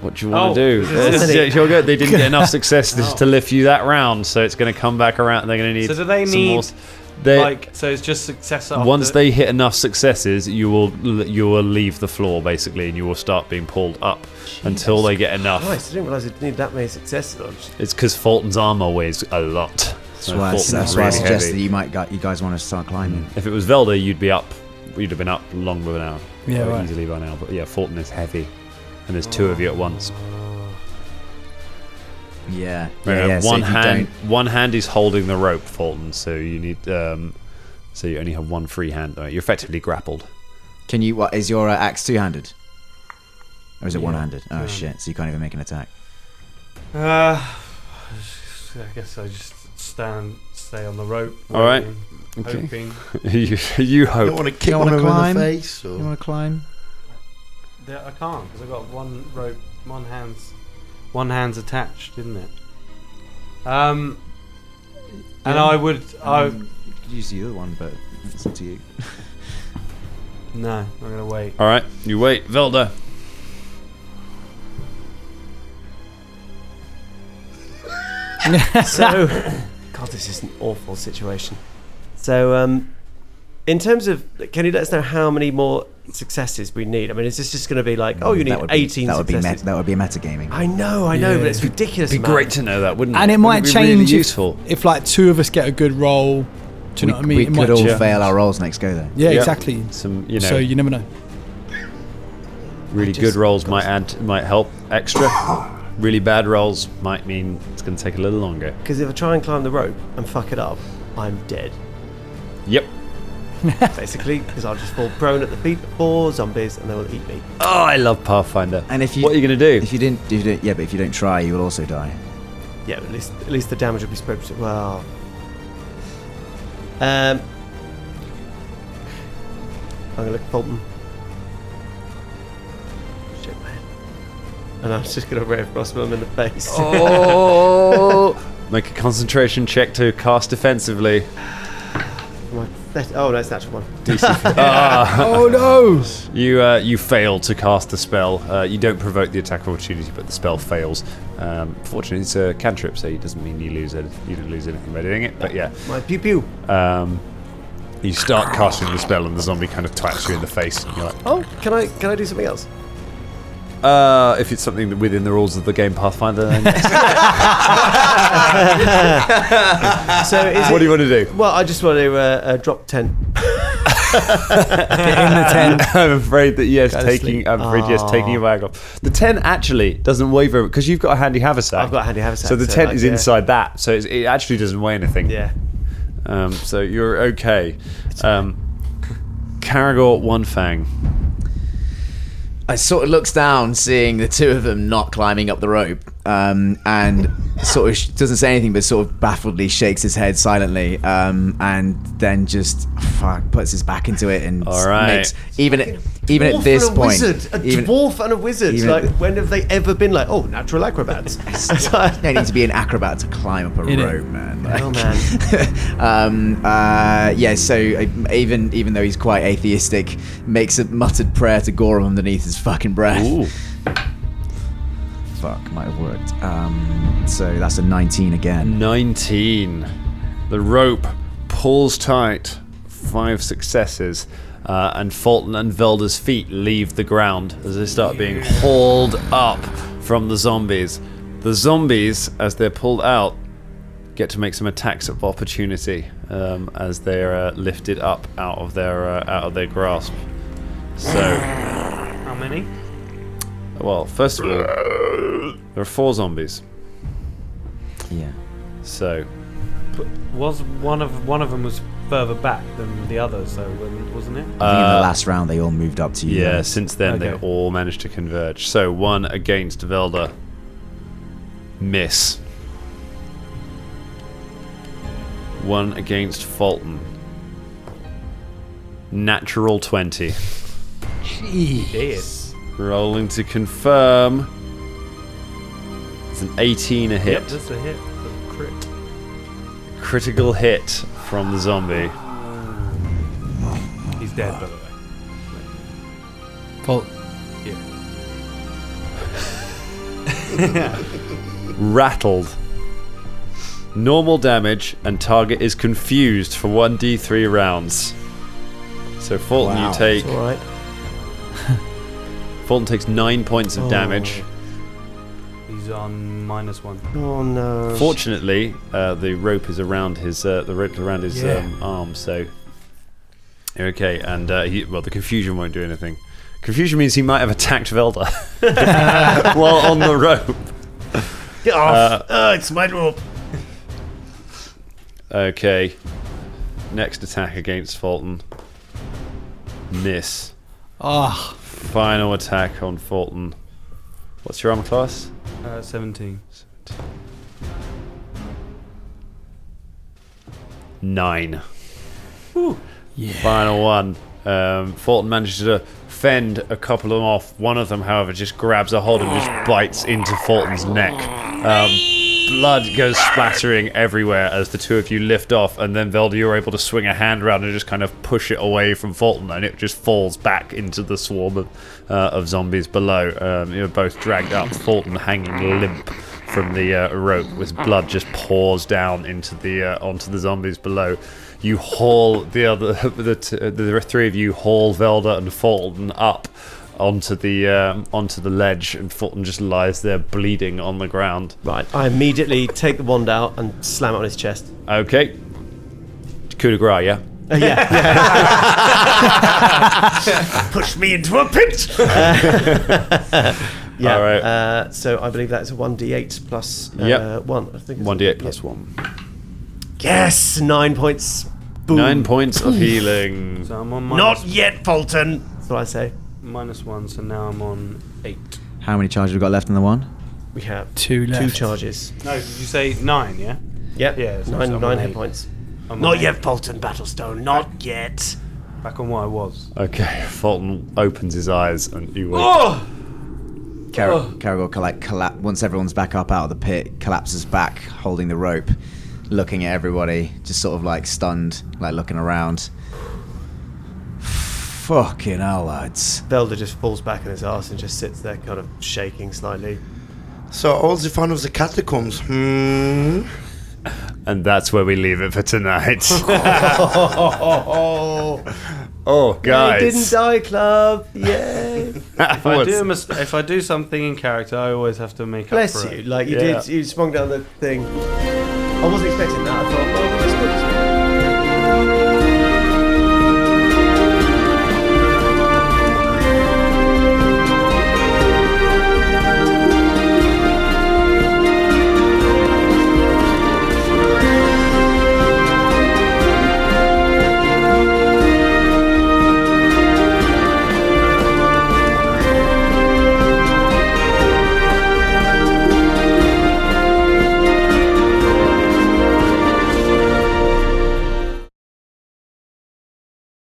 Speaker 8: What do you want
Speaker 9: Oh,
Speaker 8: to do?
Speaker 9: this is-
Speaker 8: This- yeah, you're good. They didn't get enough success to- to lift you that round, so it's going to come back around. They're going to need.
Speaker 9: So do they
Speaker 8: some
Speaker 9: need,
Speaker 8: more s- they,
Speaker 9: like, so it's just success. after-
Speaker 8: once they hit enough successes, you will you will leave the floor basically, and you will start being pulled up until they get enough.
Speaker 6: Christ, I didn't realise it needed that many successes. I'm just-
Speaker 8: It's because Fulton's armor weighs a lot. So Fulton's
Speaker 4: that's why I Mm.
Speaker 8: really
Speaker 4: suggested
Speaker 8: heavy.
Speaker 4: you might gu you guys want to start climbing.
Speaker 8: If it was Velda, you'd be up. You'd have been up long by now.
Speaker 3: Yeah,
Speaker 8: Or
Speaker 3: right.
Speaker 8: easily by now. But yeah, Fulton is heavy, and there's two of you at once.
Speaker 4: Yeah.
Speaker 8: Uh,
Speaker 4: Yeah. yeah, so
Speaker 8: one
Speaker 4: if you
Speaker 8: hand,
Speaker 4: don't-
Speaker 8: one hand is holding the rope, Fulton. So you need, um, so you only have one free hand. Though. You're effectively grappled.
Speaker 4: Can you? What is your uh, axe two-handed? Or is it one-handed? Oh shit! So you can't even make an attack.
Speaker 9: Uh, I guess I just stand, stay on the rope.
Speaker 8: All right.
Speaker 9: waiting,
Speaker 8: Okay.
Speaker 9: Hoping.
Speaker 8: you, you hope.
Speaker 7: don't want to kick
Speaker 4: wanna
Speaker 7: one of them in
Speaker 4: climb?
Speaker 7: the face.
Speaker 4: You
Speaker 7: Or...
Speaker 4: want to climb?
Speaker 9: That I can't because I got one rope, one hand's, one hand's attached, didn't it? Um, and
Speaker 4: Yeah.
Speaker 9: I would, I
Speaker 8: Um.
Speaker 4: you could use the other one, but it's up to you.
Speaker 9: no, I'm gonna wait.
Speaker 8: All right, you wait, Velda.
Speaker 6: So, God, this is an awful situation. So, um, in terms of, can you let us know how many more successes we need? I mean, is this just going to be like, oh, you
Speaker 4: Mm, That
Speaker 6: need
Speaker 4: would be-
Speaker 6: 18
Speaker 4: That would be
Speaker 6: successes?
Speaker 4: meta, that would be meta gaming.
Speaker 6: I know, I know,
Speaker 3: Yeah.
Speaker 6: but it's ridiculous.
Speaker 8: Be
Speaker 6: amount.
Speaker 8: great to know that, wouldn't it?
Speaker 3: And it
Speaker 8: Wouldn't
Speaker 3: might
Speaker 8: be
Speaker 3: change
Speaker 8: Really
Speaker 3: if-
Speaker 8: useful.
Speaker 3: If like two of us get a good roll, Do you know what I mean?
Speaker 4: we
Speaker 3: It might
Speaker 4: could all
Speaker 3: change.
Speaker 4: fail our rolls next go though.
Speaker 3: Yeah,
Speaker 8: Yeah.
Speaker 3: exactly.
Speaker 8: Some, you know,
Speaker 3: so you never know.
Speaker 8: really good rolls might add, might help extra. really bad rolls might mean it's going to take a little longer.
Speaker 6: Because if I try and climb the rope and fuck it up, I'm dead.
Speaker 8: Yep.
Speaker 6: Basically, because I'll just fall prone at the feet of four zombies and they will eat me.
Speaker 8: Oh, I love Pathfinder.
Speaker 4: And if you
Speaker 8: what are you going to do?
Speaker 4: If you didn't, if you didn't, yeah, but if you don't try, you will also die.
Speaker 6: Yeah, but at least at least the damage will be spread. between- Well, um, I'm gonna look at Fulton. Shit, man. And I'm just gonna rev Rossman in the face.
Speaker 8: Oh! Make a concentration check to cast defensively.
Speaker 6: My- that- oh no, it's a natural one.
Speaker 3: oh no!
Speaker 8: You uh, you fail to cast the spell. Uh, you don't provoke the attack of opportunity, but the spell fails. Um, fortunately, it's a cantrip, so it doesn't mean you lose it. You didn't lose anything by doing it. But yeah,
Speaker 6: My pew pew.
Speaker 8: um, you start casting the spell, and the zombie kind of taps you in the face. And you're like,
Speaker 6: Oh, can I can I do something else?
Speaker 8: uh, if it's something that within the rules of the game Pathfinder, then yes.
Speaker 4: Ah,
Speaker 6: So is
Speaker 8: what
Speaker 6: it,
Speaker 8: do you want to do?
Speaker 6: well, I just want to uh, uh, drop ten.
Speaker 8: I'm afraid that yes,
Speaker 3: to
Speaker 8: taking.
Speaker 3: sleep.
Speaker 8: I'm afraid yes, taking your bag off. The ten actually doesn't weigh very because you've got a handy haversack.
Speaker 6: I've got a handy haversack,
Speaker 8: So the
Speaker 6: so,
Speaker 8: ten
Speaker 6: like,
Speaker 8: is
Speaker 6: yeah.
Speaker 8: inside that, so it's, it actually doesn't weigh anything.
Speaker 6: Yeah.
Speaker 8: Um, so you're okay. Um, Caragor One Fang.
Speaker 4: I sort of looks down, seeing the two of them not climbing up the rope, um, and sort of sh- doesn't say anything, but sort of baffledly shakes his head silently, um, and then just fuck, puts his back into it and
Speaker 8: All right.
Speaker 4: makes even at, even
Speaker 6: dwarf
Speaker 4: at this
Speaker 6: and a
Speaker 4: point,
Speaker 6: wizard, a
Speaker 4: even,
Speaker 6: dwarf and a wizard.
Speaker 4: even-
Speaker 6: like, when have they ever been like, oh, natural acrobats?
Speaker 4: no need to be an acrobat to climb up a
Speaker 3: Innit?
Speaker 4: rope, man.
Speaker 6: oh man.
Speaker 4: um, uh, yeah, so uh, even even though he's quite atheistic, makes a muttered prayer to Gorham underneath his fucking breath. Fuck, might have worked. Um, so that's a 19 again.
Speaker 8: 19. The rope pulls tight. Five successes. Uh, and Fulton and Velda's feet leave the ground as they start being hauled up from the zombies. The zombies, as they're pulled out, get to make some attacks of opportunity um, as they're uh, lifted up out of their uh, out of their grasp. So,
Speaker 9: How many?
Speaker 8: well, first of all, there are four zombies.
Speaker 4: Yeah.
Speaker 8: So,
Speaker 9: Was one of one of them was further back than the other, so when- wasn't it?
Speaker 4: I think in
Speaker 8: Uh,
Speaker 4: the last round they all moved up to you.
Speaker 8: Yeah,
Speaker 4: guys.
Speaker 8: since then they
Speaker 9: Okay.
Speaker 8: all managed to converge. So one against Velda. Miss. One against Fulton. Natural 20. Rolling to confirm. It's an 18 a hit.
Speaker 9: Yep, that's a hit. That's a crit.
Speaker 8: Critical hit from the zombie.
Speaker 9: He's dead, by the way.
Speaker 3: Well,
Speaker 8: rattled. Normal damage and target is confused for 1d3 rounds. So Fulton,
Speaker 4: Wow.
Speaker 8: you take
Speaker 6: All right.
Speaker 8: Fulton takes nine points of
Speaker 6: Oh.
Speaker 8: damage.
Speaker 9: He's on minus one.
Speaker 6: Oh no.
Speaker 8: Fortunately, uh, the rope is around his uh, the rope around his
Speaker 9: Yeah.
Speaker 8: um, arm, so you're okay. And uh, he, well, the confusion won't do anything. Confusion means he might have attacked Velda while on the rope.
Speaker 6: Get off! Uh, it's my rope.
Speaker 8: Okay. Next attack against Fulton. Miss.
Speaker 3: ah,
Speaker 8: Final attack on Fulton. What's your armor class?
Speaker 9: Uh, Seventeen.
Speaker 8: Nine. Final one. Um, Fulton manages to fend a couple of them off. One of them, however, just grabs a hold and just bites into Fulton's neck. Um, blood goes splattering everywhere as the two of you lift off, and then Velda, you're able to swing a hand around and just kind of push it away from Fulton, and it just falls back into the swarm of, uh, of zombies below. Um, you're both dragged up, Fulton hanging limp from the uh, rope with blood just pours down into the uh, onto the zombies below. You haul the other the, t- the three of you haul Velda and Fulton up onto the um, onto the ledge, and Fulton just lies there bleeding on the ground.
Speaker 6: Right, I immediately take the wand out and slam it on his chest.
Speaker 8: Okay. Coup de grace, yeah?
Speaker 6: Uh, yeah, yeah.
Speaker 10: Push me into a pinch.
Speaker 6: yeah.
Speaker 8: All right.
Speaker 6: Uh, so I believe that's a 1d8 plus uh,
Speaker 8: Yep.
Speaker 6: 1. I think it's
Speaker 8: 1d8
Speaker 6: a-
Speaker 8: plus 1.
Speaker 6: Yes, 9 points. Boom.
Speaker 8: 9 points of healing.
Speaker 9: So I'm on
Speaker 6: Not
Speaker 9: minus,
Speaker 6: yet, Fulton. That's what I say.
Speaker 9: minus one, so now I'm on eight.
Speaker 11: How many charges have we got left in the one?
Speaker 6: We have
Speaker 3: Two
Speaker 6: two
Speaker 3: left.
Speaker 6: charges.
Speaker 9: No, did you say nine? Yeah.
Speaker 6: Yep.
Speaker 9: Yeah, so
Speaker 6: nine,
Speaker 9: I'm
Speaker 6: nine
Speaker 9: on
Speaker 6: hit
Speaker 9: eight.
Speaker 6: points.
Speaker 9: I'm
Speaker 6: Not
Speaker 9: on
Speaker 6: yet,
Speaker 9: eight.
Speaker 6: Fulton Battlestone. Not yet.
Speaker 9: Back on what I was.
Speaker 8: Okay, Fulton opens his eyes and you wake
Speaker 9: Oh,
Speaker 11: Car- Caragor like collapse once everyone's back up out of the pit, collapses back, holding the rope, looking at everybody, just sort of like stunned, like looking around. Fucking hell, lads.
Speaker 6: Velda just falls back on his ass and just sits there, kind of shaking slightly.
Speaker 7: So all the fun of the catacombs. Hmm.
Speaker 8: And that's where we leave it for tonight. oh,
Speaker 6: I didn't
Speaker 8: guys.
Speaker 6: die, club. Yay.
Speaker 9: if I, do
Speaker 8: What's-
Speaker 9: a mis- if I do something in character, I always have to make
Speaker 6: Bless
Speaker 9: up for
Speaker 6: you.
Speaker 9: it.
Speaker 6: Like you
Speaker 8: Yeah.
Speaker 6: did, you sprung down the thing. I wasn't expecting that. I thought,